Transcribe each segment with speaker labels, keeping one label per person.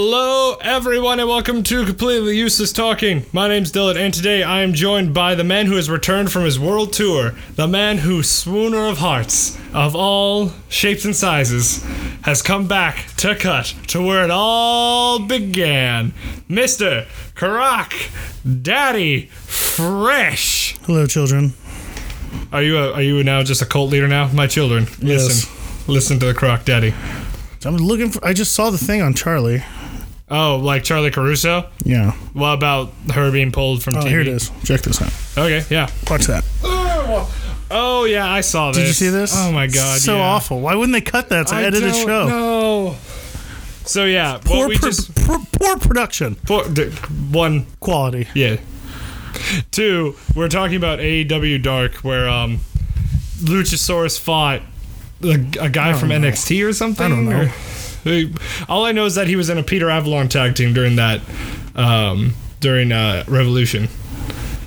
Speaker 1: Hello, everyone, and welcome to Completely Useless Talking. My name's Dylan, and today I am joined by the man who has returned from his world tour, the man who, swooner of hearts, of all shapes and sizes, has come back to cut to where it all began. Mr. Karak Daddy Fresh.
Speaker 2: Hello, children.
Speaker 1: Are you a, are you now just a cult leader now? My children,
Speaker 2: Yes.
Speaker 1: listen. Listen to the Karak Daddy.
Speaker 2: I'm looking for. I just saw the thing on Charlie.
Speaker 1: Oh, like Charlie Caruso?
Speaker 2: Yeah.
Speaker 1: What about her being pulled from
Speaker 2: Oh,
Speaker 1: TV?
Speaker 2: here it is. Check this out.
Speaker 1: Okay, yeah.
Speaker 2: Watch that.
Speaker 1: Oh yeah, I saw this.
Speaker 2: Did you see this?
Speaker 1: Oh my god,
Speaker 2: So
Speaker 1: yeah.
Speaker 2: awful. Why wouldn't they cut that to
Speaker 1: I
Speaker 2: edit a
Speaker 1: don't
Speaker 2: show?
Speaker 1: know. So yeah, what
Speaker 2: Poor,
Speaker 1: we
Speaker 2: pro-
Speaker 1: just
Speaker 2: pro- poor production
Speaker 1: poor, d- one
Speaker 2: quality.
Speaker 1: yeah. Two, we're talking about AEW Dark, where um, Luchasaurus fought a, a guy from NXT or something.
Speaker 2: I don't know.
Speaker 1: or- Hey, all I know is that he was in a Peter Avalon tag team during that, um, during uh, Revolution,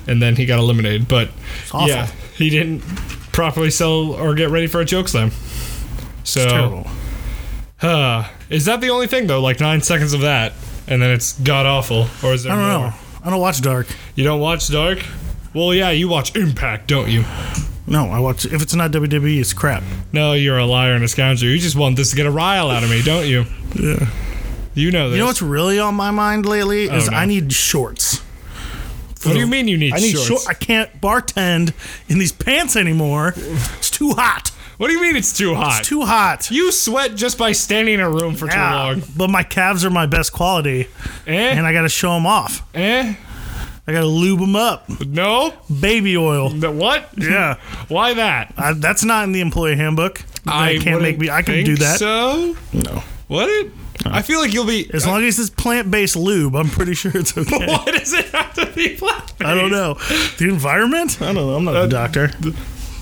Speaker 1: and then he got eliminated. But
Speaker 2: awful.
Speaker 1: yeah, he didn't properly sell or get ready for a choke slam. So
Speaker 2: It's terrible.
Speaker 1: uh, is that the only thing though? Like nine seconds of that, and then it's god awful, or is there
Speaker 2: I don't
Speaker 1: more?
Speaker 2: know. I don't watch Dark.
Speaker 1: You don't watch Dark? Well, yeah, you watch Impact, don't you?
Speaker 2: No, I watch. If it's not WWE, it's crap.
Speaker 1: No, you're a liar and a scoundrel. You just want this to get a rile out of me, don't you?
Speaker 2: Yeah.
Speaker 1: You know this.
Speaker 2: You know what's really on my mind lately is
Speaker 1: Oh, no.
Speaker 2: I need shorts.
Speaker 1: what do you mean you need,
Speaker 2: I need
Speaker 1: shorts?
Speaker 2: short. I can't bartend in these pants anymore. It's too hot.
Speaker 1: what do you mean it's too hot?
Speaker 2: It's too hot.
Speaker 1: you sweat just by standing in a room for
Speaker 2: Yeah,
Speaker 1: too long.
Speaker 2: But my calves are my best quality, and
Speaker 1: Eh?
Speaker 2: I got to show them off.
Speaker 1: eh?
Speaker 2: I got to lube them up.
Speaker 1: No?
Speaker 2: Baby oil.
Speaker 1: The what?
Speaker 2: Yeah,
Speaker 1: Why that?
Speaker 2: I, that's not in the employee handbook. I can't
Speaker 1: wouldn't
Speaker 2: make me. I can
Speaker 1: think
Speaker 2: do that.
Speaker 1: So?
Speaker 2: No.
Speaker 1: What it? I feel like you'll be.
Speaker 2: As long as it's plant-based lube, I'm pretty sure it's okay.
Speaker 1: What does it have to be black?
Speaker 2: I don't know the environment. I don't know. I'm not
Speaker 1: Uh,
Speaker 2: a doctor.
Speaker 1: Do-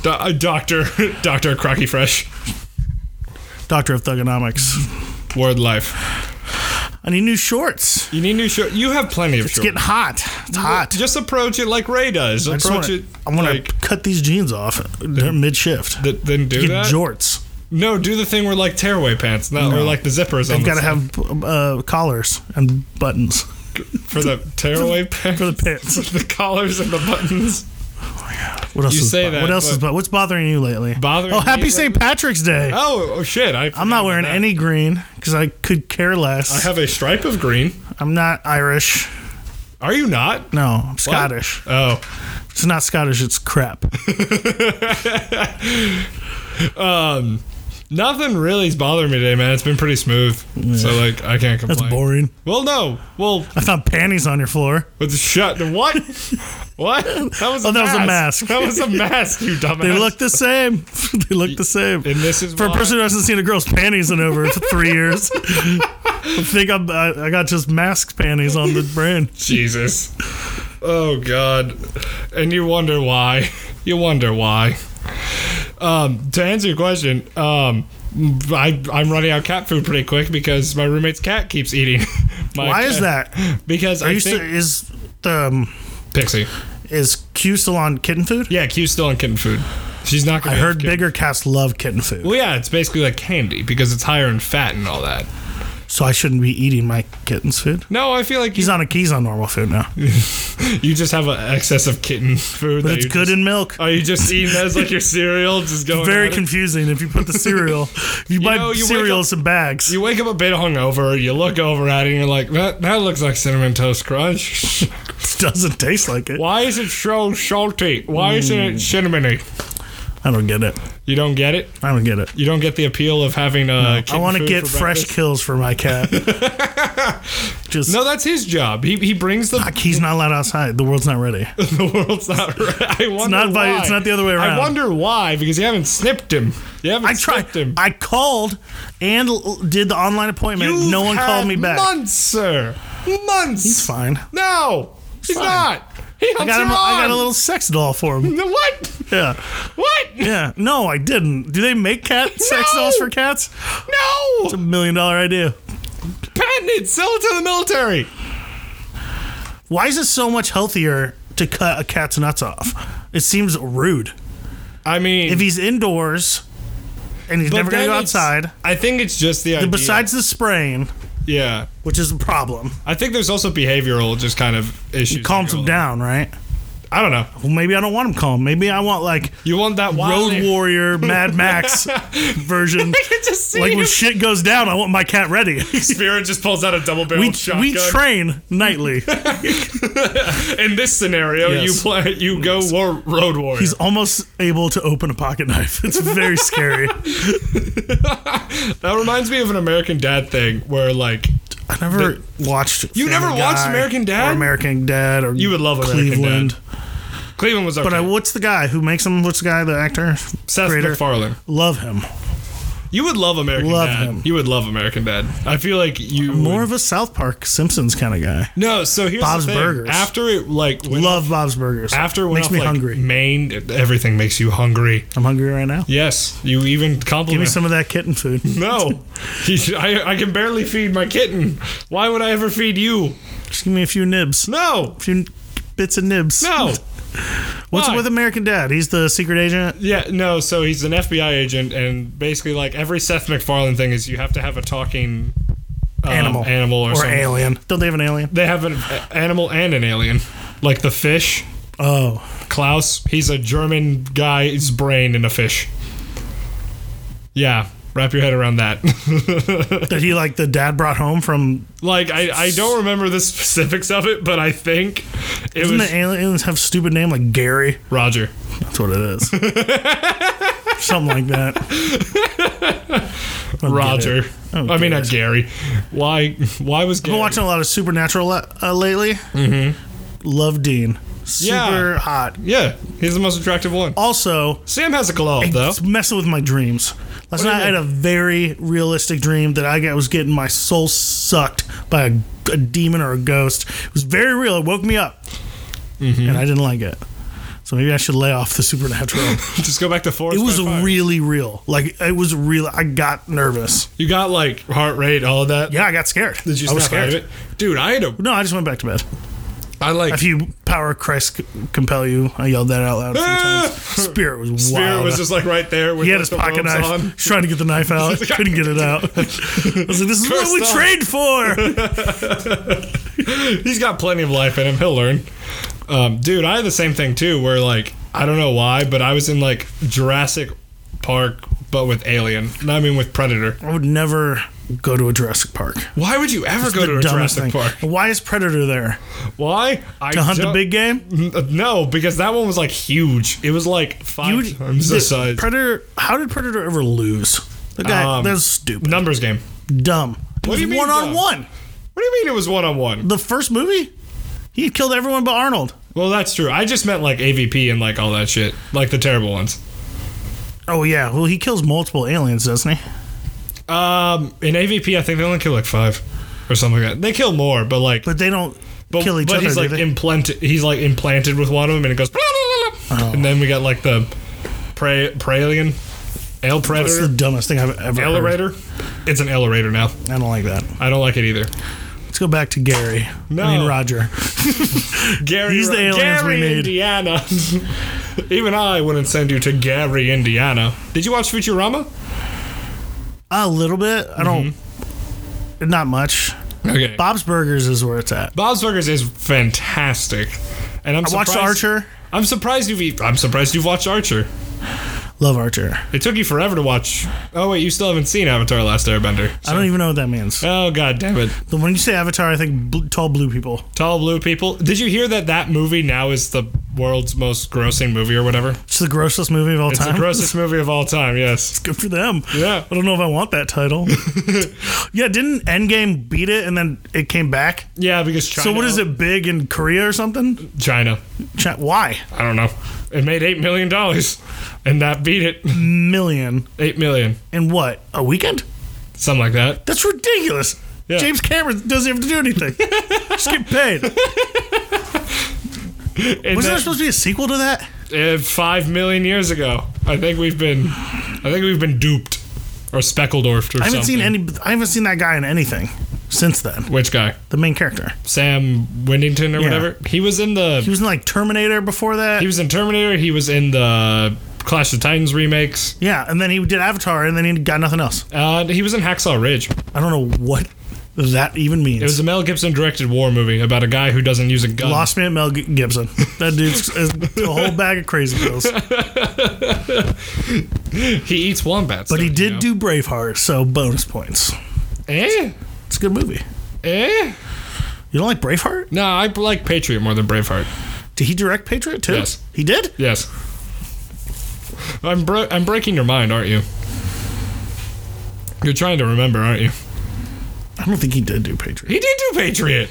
Speaker 1: uh, doctor, Doctor Crocky Fresh,
Speaker 2: Doctor of thugonomics.
Speaker 1: Word Life.
Speaker 2: I need new shorts.
Speaker 1: You need new shorts. You have plenty of
Speaker 2: It's
Speaker 1: shorts.
Speaker 2: getting hot. It's hot.
Speaker 1: Just approach it like Ray does.
Speaker 2: I just
Speaker 1: Approach
Speaker 2: want
Speaker 1: it.
Speaker 2: to. I want
Speaker 1: like,
Speaker 2: to cut these jeans off. They're mid-shift.
Speaker 1: th- then do
Speaker 2: Get
Speaker 1: that.
Speaker 2: jorts.
Speaker 1: no, do the thing where like tearaway pants, not where like the zippers on.
Speaker 2: They've got to
Speaker 1: the,
Speaker 2: have uh, collars and buttons.
Speaker 1: for the tearaway pants,
Speaker 2: for the pants.
Speaker 1: the collars and the buttons.
Speaker 2: What else?
Speaker 1: You
Speaker 2: is
Speaker 1: say
Speaker 2: bo-
Speaker 1: that,
Speaker 2: What else is?
Speaker 1: but-
Speaker 2: Bo- what's bothering you lately?
Speaker 1: Bothering
Speaker 2: Oh,
Speaker 1: me
Speaker 2: happy St. Patrick's Day.
Speaker 1: Oh, oh shit! I
Speaker 2: I'm not wearing any green because I could care
Speaker 1: I
Speaker 2: less.
Speaker 1: have a stripe of green.
Speaker 2: I'm not Irish.
Speaker 1: Are you not?
Speaker 2: No, I'm Scottish.
Speaker 1: Oh,
Speaker 2: It's not Scottish. It's crap.
Speaker 1: um, nothing really's bothering me today, man. It's been pretty smooth, so like I can't complain.
Speaker 2: That's boring.
Speaker 1: Well, no. Well,
Speaker 2: I found panties on your floor.
Speaker 1: With the shut. the What? what? That was.
Speaker 2: Oh, that was a mask.
Speaker 1: That was a mask. You dumbass.
Speaker 2: They look the same. they look the same.
Speaker 1: And this is
Speaker 2: For a
Speaker 1: why-
Speaker 2: person who hasn't seen a girl's panties in over three years, I think I'm, I, I got just mask panties on the brand.
Speaker 1: Jesus. Oh God. And you wonder why. You wonder why. Um, to answer your question, um, I, I'm running out cat food pretty quick because my roommate's cat keeps eating. My
Speaker 2: Why is
Speaker 1: cat-
Speaker 2: that?
Speaker 1: Because
Speaker 2: Are
Speaker 1: I
Speaker 2: you
Speaker 1: think
Speaker 2: still, is the um,
Speaker 1: Pixie.
Speaker 2: is Q still on kitten food?
Speaker 1: Yeah, Q's still on kitten food. She's not. Gonna
Speaker 2: I heard
Speaker 1: have kitten-
Speaker 2: bigger cats love kitten food,
Speaker 1: Well, yeah, it's basically like candy because it's higher in fat and all that.
Speaker 2: so I shouldn't be eating my kitten's food.
Speaker 1: No, I feel like you
Speaker 2: He's on a he's on normal food now, but
Speaker 1: You just have an excess of kitten food. that
Speaker 2: it's
Speaker 1: you
Speaker 2: good
Speaker 1: Just, Oh,
Speaker 2: in milk.
Speaker 1: are you just eating that as like your cereal? Just going.
Speaker 2: Very
Speaker 1: at it?
Speaker 2: confusing if you put the cereal. You, buy
Speaker 1: know, you wake
Speaker 2: cereals in bags.
Speaker 1: You wake up a bit hungover. You look over at it and you're like, that that looks like cinnamon toast crunch.
Speaker 2: it doesn't taste like it.
Speaker 1: Why is it so salty? Why isn't
Speaker 2: Mm.
Speaker 1: it cinnamony?
Speaker 2: I don't get it.
Speaker 1: You don't get it.
Speaker 2: I don't get it.
Speaker 1: You don't get the appeal of having uh, a.
Speaker 2: I want to get fresh
Speaker 1: Breakfast.
Speaker 2: kills for my cat. Just
Speaker 1: No, that's his job. He, he brings the
Speaker 2: fuck, he's not allowed outside. The world's not ready.
Speaker 1: the world's not. right. I wonder
Speaker 2: not by-
Speaker 1: why.
Speaker 2: it's not the other way
Speaker 1: I
Speaker 2: around.
Speaker 1: wonder why because you haven't snipped him. You haven't
Speaker 2: I tried.
Speaker 1: snipped him.
Speaker 2: I called and l- did the online appointment.
Speaker 1: You've
Speaker 2: no one
Speaker 1: had
Speaker 2: called me back.
Speaker 1: Months, sir. Months.
Speaker 2: It's fine.
Speaker 1: No, he's
Speaker 2: Fine.
Speaker 1: not. He hunts
Speaker 2: I got, him,
Speaker 1: her
Speaker 2: I got a
Speaker 1: on.
Speaker 2: little sex doll for him.
Speaker 1: What?
Speaker 2: Yeah.
Speaker 1: What?
Speaker 2: Yeah. No, I didn't. Do they make cat sex
Speaker 1: No!
Speaker 2: dolls for cats?
Speaker 1: No!
Speaker 2: Million dollar idea.
Speaker 1: Patent it. Sell it to the military.
Speaker 2: Why is it so much healthier to cut a cat's nuts off? It seems rude.
Speaker 1: I mean,
Speaker 2: If he's indoors and he's
Speaker 1: but
Speaker 2: never going to
Speaker 1: then
Speaker 2: go
Speaker 1: it's-
Speaker 2: outside,
Speaker 1: I think it's just the idea.
Speaker 2: besides the spraying,
Speaker 1: Yeah.
Speaker 2: which is a problem.
Speaker 1: I think there's also behavioral just kind of issues. that
Speaker 2: Calms
Speaker 1: go
Speaker 2: him
Speaker 1: along.
Speaker 2: down, right?
Speaker 1: I don't know.
Speaker 2: Well, maybe I don't want him calm. Maybe I want like
Speaker 1: You want that wild
Speaker 2: Road Warrior Mad Max version.
Speaker 1: just see
Speaker 2: Like
Speaker 1: him.
Speaker 2: when shit goes down, I want my cat ready.
Speaker 1: Spirit just pulls out a double
Speaker 2: We,
Speaker 1: barreled shotgun.
Speaker 2: we train nightly.
Speaker 1: In this scenario,
Speaker 2: Yes.
Speaker 1: you play, you go war, road warrior.
Speaker 2: He's almost able to open a pocket knife. It's very scary.
Speaker 1: that reminds me of an American Dad thing where like
Speaker 2: I never watched.
Speaker 1: You
Speaker 2: Family
Speaker 1: never watched American Dad?
Speaker 2: Or American Dad, or
Speaker 1: You would love American Dad.
Speaker 2: Cleveland.
Speaker 1: Cleveland was okay.
Speaker 2: But I, what's the guy who makes him? What's the guy? The actor?
Speaker 1: Seth
Speaker 2: creator?
Speaker 1: MacFarlane.
Speaker 2: Love him.
Speaker 1: You would love American
Speaker 2: Love
Speaker 1: Dad.
Speaker 2: him.
Speaker 1: You would love American Dad. I feel like you
Speaker 2: More
Speaker 1: would-
Speaker 2: of a South Park Simpsons kind of guy.
Speaker 1: No, so here's
Speaker 2: Bob's
Speaker 1: the thing.
Speaker 2: Burgers.
Speaker 1: After it like went
Speaker 2: Love Bob's Burgers.
Speaker 1: after it went
Speaker 2: makes
Speaker 1: off,
Speaker 2: me
Speaker 1: like,
Speaker 2: hungry.
Speaker 1: Maine everything makes you hungry.
Speaker 2: I'm hungry right now.
Speaker 1: Yes, you even compliment.
Speaker 2: Give me some of that kitten food.
Speaker 1: No, He's- I, I can barely feed my kitten. Why would I ever feed you?
Speaker 2: Just give me a few nibs.
Speaker 1: No,
Speaker 2: A few bits and nibs.
Speaker 1: no.
Speaker 2: What's
Speaker 1: why?
Speaker 2: with American Dad? He's the secret agent.
Speaker 1: Yeah, no. So he's an FBI agent, and basically, like every Seth MacFarlane thing is, you have to have a talking um,
Speaker 2: Animal.
Speaker 1: animal or,
Speaker 2: Or
Speaker 1: something.
Speaker 2: alien. Don't they have an alien?
Speaker 1: They have an a- animal and an alien, like the fish.
Speaker 2: Oh.
Speaker 1: Klaus, he's a German guy's brain in a fish. Yeah, wrap your head around that.
Speaker 2: That he like the dad brought home from
Speaker 1: like I, I don't remember the specifics of it, but I think it
Speaker 2: Doesn't
Speaker 1: was
Speaker 2: the aliens have stupid name like Gary?
Speaker 1: Roger.
Speaker 2: That's what it is. Something like that. I don't get
Speaker 1: Roger.
Speaker 2: it. I don't
Speaker 1: I mean,
Speaker 2: get
Speaker 1: not
Speaker 2: it.
Speaker 1: Gary. Why? Why was
Speaker 2: I've
Speaker 1: Gary?
Speaker 2: been watching a lot of Supernatural la- uh, lately. Mm-hmm. Love Dean. Super
Speaker 1: Yeah.
Speaker 2: hot.
Speaker 1: yeah, he's the most attractive one.
Speaker 2: Also,
Speaker 1: Sam has a glow up though.
Speaker 2: it's messing with my dreams. Last
Speaker 1: do you
Speaker 2: night I had
Speaker 1: mean?
Speaker 2: a very realistic dream that I got- was getting my soul sucked by a, a demon or a ghost. It was very real. It woke me up,
Speaker 1: Mm-hmm.
Speaker 2: and I didn't like it. So maybe I should lay off the supernatural.
Speaker 1: Just go back to four.
Speaker 2: It was really real. Like it was real. I got nervous.
Speaker 1: You got like heart rate, all of that.
Speaker 2: Yeah, I got scared.
Speaker 1: Did you
Speaker 2: I was
Speaker 1: snap out
Speaker 2: scared.
Speaker 1: of it? Dude, I had a.
Speaker 2: No, I just went back to bed.
Speaker 1: I like.
Speaker 2: If you power of Christ c- compel you, I yelled that out loud. A few
Speaker 1: Ah!
Speaker 2: times. Spirit was wild.
Speaker 1: Spirit was just like right there. With
Speaker 2: he had
Speaker 1: like,
Speaker 2: his
Speaker 1: the
Speaker 2: pocket
Speaker 1: robes
Speaker 2: knife,
Speaker 1: on.
Speaker 2: trying to get the knife out. Couldn't get it out. I was like, "This is what
Speaker 1: Cursed
Speaker 2: we
Speaker 1: up.
Speaker 2: trained for."
Speaker 1: He's got plenty of life in him. He'll learn. Um, dude, I had the same thing too, where like I don't know why, but I was in like Jurassic Park, but with Alien. And I mean with Predator.
Speaker 2: I would never go to a Jurassic Park.
Speaker 1: Why would you ever go to a
Speaker 2: Dumbest
Speaker 1: Jurassic
Speaker 2: thing.
Speaker 1: Park?
Speaker 2: Why is Predator there
Speaker 1: Why? I
Speaker 2: to hunt the
Speaker 1: don't-
Speaker 2: big game?
Speaker 1: N- No, because that one was like huge. It was like five
Speaker 2: You-
Speaker 1: times the
Speaker 2: the
Speaker 1: size.
Speaker 2: Predator. How did Predator ever lose? The guy.
Speaker 1: Um,
Speaker 2: that's stupid.
Speaker 1: Numbers game.
Speaker 2: Dumb. It
Speaker 1: What do
Speaker 2: was
Speaker 1: you mean
Speaker 2: one on
Speaker 1: dumb?
Speaker 2: one.
Speaker 1: What do you mean it was one on one?
Speaker 2: the first movie, he had killed everyone but Arnold.
Speaker 1: Well, that's true. I just meant like AVP and like all that shit, like the terrible ones.
Speaker 2: Oh yeah, well he kills multiple aliens, doesn't he?
Speaker 1: Um, in AVP, I think they only kill like five or something like that. They kill more, but like,
Speaker 2: But they don't
Speaker 1: but,
Speaker 2: kill each
Speaker 1: but
Speaker 2: other.
Speaker 1: he's
Speaker 2: do
Speaker 1: like
Speaker 2: they?
Speaker 1: implanted. He's like implanted with one of them, and it goes.
Speaker 2: Oh.
Speaker 1: And then we got like the prey pralien, el
Speaker 2: That's the
Speaker 1: predator,
Speaker 2: dumbest thing I've ever heard.
Speaker 1: elevator. It's an elevator now.
Speaker 2: I don't like that.
Speaker 1: I don't like it either.
Speaker 2: Let's go back to Gary.
Speaker 1: No.
Speaker 2: I mean Roger.
Speaker 1: Gary,
Speaker 2: He's the aliens we
Speaker 1: Gary,
Speaker 2: need.
Speaker 1: Indiana. Even I wouldn't send you to Gary, Indiana. Did you watch Futurama?
Speaker 2: A little bit. I don't.
Speaker 1: Mm-hmm.
Speaker 2: Not much.
Speaker 1: Okay.
Speaker 2: Bob's Burgers is where it's at.
Speaker 1: Bob's Burgers is fantastic, and I'm
Speaker 2: I watched
Speaker 1: surprised-
Speaker 2: Archer.
Speaker 1: I'm surprised you've e- I'm surprised you've watched Archer.
Speaker 2: Love Archer.
Speaker 1: It took you forever to watch. Oh wait, you still haven't seen Avatar: Last Airbender.
Speaker 2: I don't even know what that means.
Speaker 1: Oh god damn it!
Speaker 2: The- When you say Avatar, I think bl- tall blue people.
Speaker 1: Tall blue people. Did you hear that that movie now is the world's most grossing movie or whatever?
Speaker 2: It's the grossest movie of all
Speaker 1: It's
Speaker 2: time.
Speaker 1: the grossest movie of all time. Yes.
Speaker 2: Good for them.
Speaker 1: Yeah.
Speaker 2: I don't know if I want that title. yeah, didn't Endgame beat it and then it came back?
Speaker 1: Yeah, because China.
Speaker 2: So what is it big in Korea or something?
Speaker 1: China.
Speaker 2: Chi- Why
Speaker 1: I don't know. It made eight million dollars, and that beat it.
Speaker 2: million
Speaker 1: Eight million,
Speaker 2: in what a weekend?
Speaker 1: something like that.
Speaker 2: That's ridiculous.
Speaker 1: Yeah.
Speaker 2: James Cameron doesn't have to do anything. Just get paid.
Speaker 1: And
Speaker 2: Wasn't there
Speaker 1: that-
Speaker 2: supposed to be a sequel to that?
Speaker 1: uh, five million years ago. I think we've been, I think we've been duped or speckledorfed or
Speaker 2: I haven't
Speaker 1: something.
Speaker 2: seen any. I haven't seen that guy in anything since then.
Speaker 1: Which guy?
Speaker 2: The main character.
Speaker 1: Sam Windington or whatever. He was in the.
Speaker 2: He was in like Terminator before that.
Speaker 1: He was in Terminator. He was in the Clash of Titans remakes.
Speaker 2: yeah, and then he did Avatar, and then he got nothing else.
Speaker 1: Uh, he was in Hacksaw Ridge.
Speaker 2: I don't know what that even means.
Speaker 1: It was a Mel Gibson directed war movie about a guy who doesn't use a gun.
Speaker 2: Lost me at Mel G- Gibson. That dude's is a whole bag of crazy pills.
Speaker 1: He eats wombats.
Speaker 2: But he did do Braveheart, so bonus points.
Speaker 1: Eh?
Speaker 2: It's a good movie.
Speaker 1: Eh?
Speaker 2: You don't like Braveheart?
Speaker 1: No, I like Patriot more than Braveheart.
Speaker 2: Did he direct Patriot too?
Speaker 1: Yes.
Speaker 2: He did?
Speaker 1: Yes. I'm bro- I'm breaking your mind, aren't you? You're trying to remember, aren't you?
Speaker 2: I don't think he did do Patriot.
Speaker 1: He did do Patriot.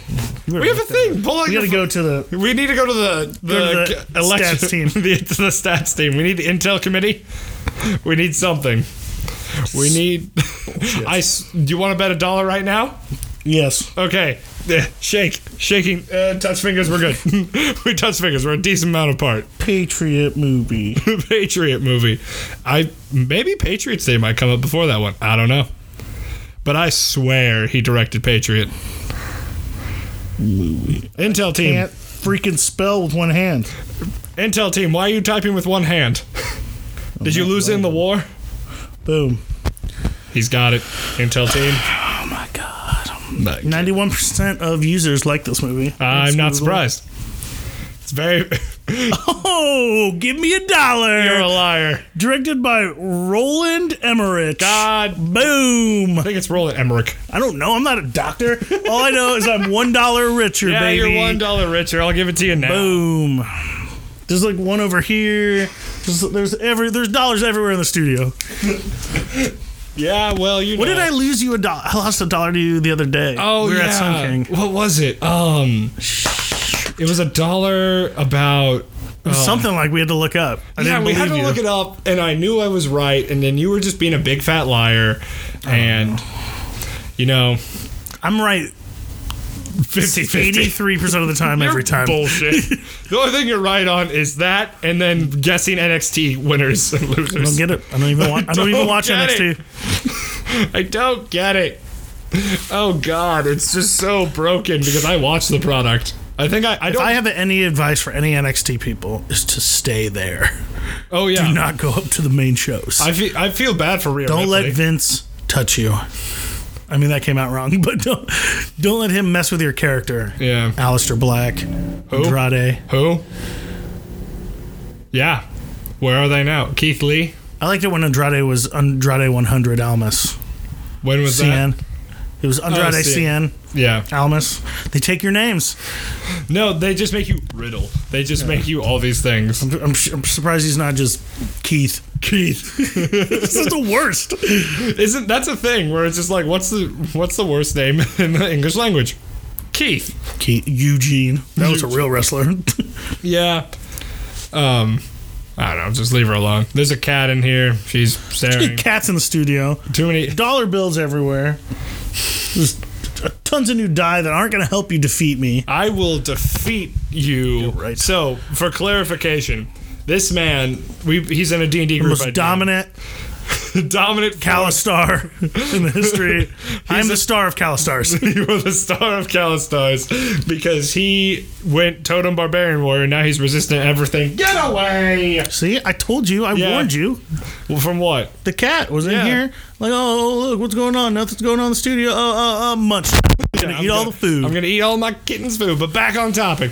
Speaker 1: We have a thing. Pull out
Speaker 2: We
Speaker 1: your
Speaker 2: gotta
Speaker 1: pho-
Speaker 2: go to the
Speaker 1: We need to go to the the,
Speaker 2: Go to the
Speaker 1: c- election
Speaker 2: stats team.
Speaker 1: the, to the stats team. We need the intel committee. We need something. We need. I. s- Do you want to bet a dollar right now?
Speaker 2: Yes.
Speaker 1: Okay. Eh, Shake, shaking, uh, touch fingers. We're good. we touch fingers. We're a decent amount apart.
Speaker 2: Patriot movie.
Speaker 1: Patriot movie. I maybe Patriots Day might come up before that one. I don't know. But I swear he directed Patriot. Intel team.
Speaker 2: Can't freaking spell with one hand.
Speaker 1: Intel team, why are you typing with one hand? Did you lose in the war?
Speaker 2: Boom.
Speaker 1: He's got it. Intel team.
Speaker 2: Oh my god.
Speaker 1: Nice.
Speaker 2: Ninety-one percent of users like this movie.
Speaker 1: I'm
Speaker 2: It's
Speaker 1: not
Speaker 2: Google.
Speaker 1: surprised. It's very.
Speaker 2: Oh, give me a dollar.
Speaker 1: You're a liar.
Speaker 2: Directed by Roland Emmerich.
Speaker 1: God.
Speaker 2: Boom.
Speaker 1: I think it's Roland Emmerich.
Speaker 2: I don't know. I'm not a doctor. All I know is I'm one dollar richer,
Speaker 1: Yeah,
Speaker 2: baby.
Speaker 1: you're one dollar richer. I'll give it to you now.
Speaker 2: Boom. There's like one over here. There's, there's every there's dollars everywhere in the studio.
Speaker 1: Yeah, well, you.
Speaker 2: What
Speaker 1: know.
Speaker 2: did I lose you a dollar? I lost a dollar to you the other day.
Speaker 1: Oh
Speaker 2: we were
Speaker 1: yeah.
Speaker 2: at Sun King.
Speaker 1: What was it? Um, it was a dollar about.
Speaker 2: Something like we had to look up. I
Speaker 1: Oh. Yeah,
Speaker 2: didn't
Speaker 1: we
Speaker 2: believe
Speaker 1: had to
Speaker 2: you.
Speaker 1: look it up, and I knew I was right, and then you were just being a big fat liar, and you know,
Speaker 2: I'm right
Speaker 1: 50-50.
Speaker 2: 83% of the time every time.
Speaker 1: Bullshit. the only thing you're right on is that, and then guessing NXT winners and
Speaker 2: I don't
Speaker 1: losers.
Speaker 2: get it. I don't even watch. I don't, even
Speaker 1: don't
Speaker 2: watch
Speaker 1: get
Speaker 2: NXT.
Speaker 1: I don't get it. Oh God, it's just so broken because I watch the product. I think I, I
Speaker 2: If
Speaker 1: don't.
Speaker 2: I have any advice for any NXT people, is to stay there.
Speaker 1: oh yeah,
Speaker 2: Do not go up to the main shows.
Speaker 1: I feel I feel bad for Rhea.
Speaker 2: don't
Speaker 1: Ripley.
Speaker 2: let Vince touch you. I mean that came out wrong, but don't don't let him mess with your character.
Speaker 1: Yeah.
Speaker 2: Alistair Black, Andrade.
Speaker 1: Who? Yeah. Where are they now? Keith Lee?
Speaker 2: I liked it when Andrade was Andrade 100 Almas.
Speaker 1: When was that?
Speaker 2: CN. It was Andrade
Speaker 1: Oh,
Speaker 2: CN.
Speaker 1: CN. Yeah.
Speaker 2: Almas. They take your names.
Speaker 1: No, they just make you riddle. They just make you all these things.
Speaker 2: I'm, su- I'm surprised he's not just Keith. Keith. this is the worst.
Speaker 1: Isn't that's a thing where it's just like what's the what's the worst name in the English language? Keith.
Speaker 2: Keith Eugene. That was a real wrestler.
Speaker 1: Yeah. Um I don't know, just leave her alone. There's a cat in here. She's staring.
Speaker 2: Cats in the studio.
Speaker 1: Too many
Speaker 2: Dollar bills everywhere. There's tons of new die that aren't going to help you defeat me.
Speaker 1: I will defeat you.
Speaker 2: right.
Speaker 1: So, for clarification, this man, we he's in a D&D group. I
Speaker 2: Most
Speaker 1: joined.
Speaker 2: dominant
Speaker 1: dominant
Speaker 2: Calistar in the history. I'm the
Speaker 1: a-
Speaker 2: star of Calistars.
Speaker 1: you were the star of Calistars because he went Totem Barbarian Warrior. Now he's resistant to everything. Get away!
Speaker 2: See, I told you, I
Speaker 1: Yeah.
Speaker 2: warned you.
Speaker 1: Well, from what?
Speaker 2: The cat was in
Speaker 1: Yeah.
Speaker 2: here, like, oh, look, what's going on? Nothing's going on in the studio. Oh, uh, uh, munch. gonna
Speaker 1: I'm
Speaker 2: eat all
Speaker 1: gonna-
Speaker 2: the food.
Speaker 1: I'm gonna eat all my kitten's food. But back on topic,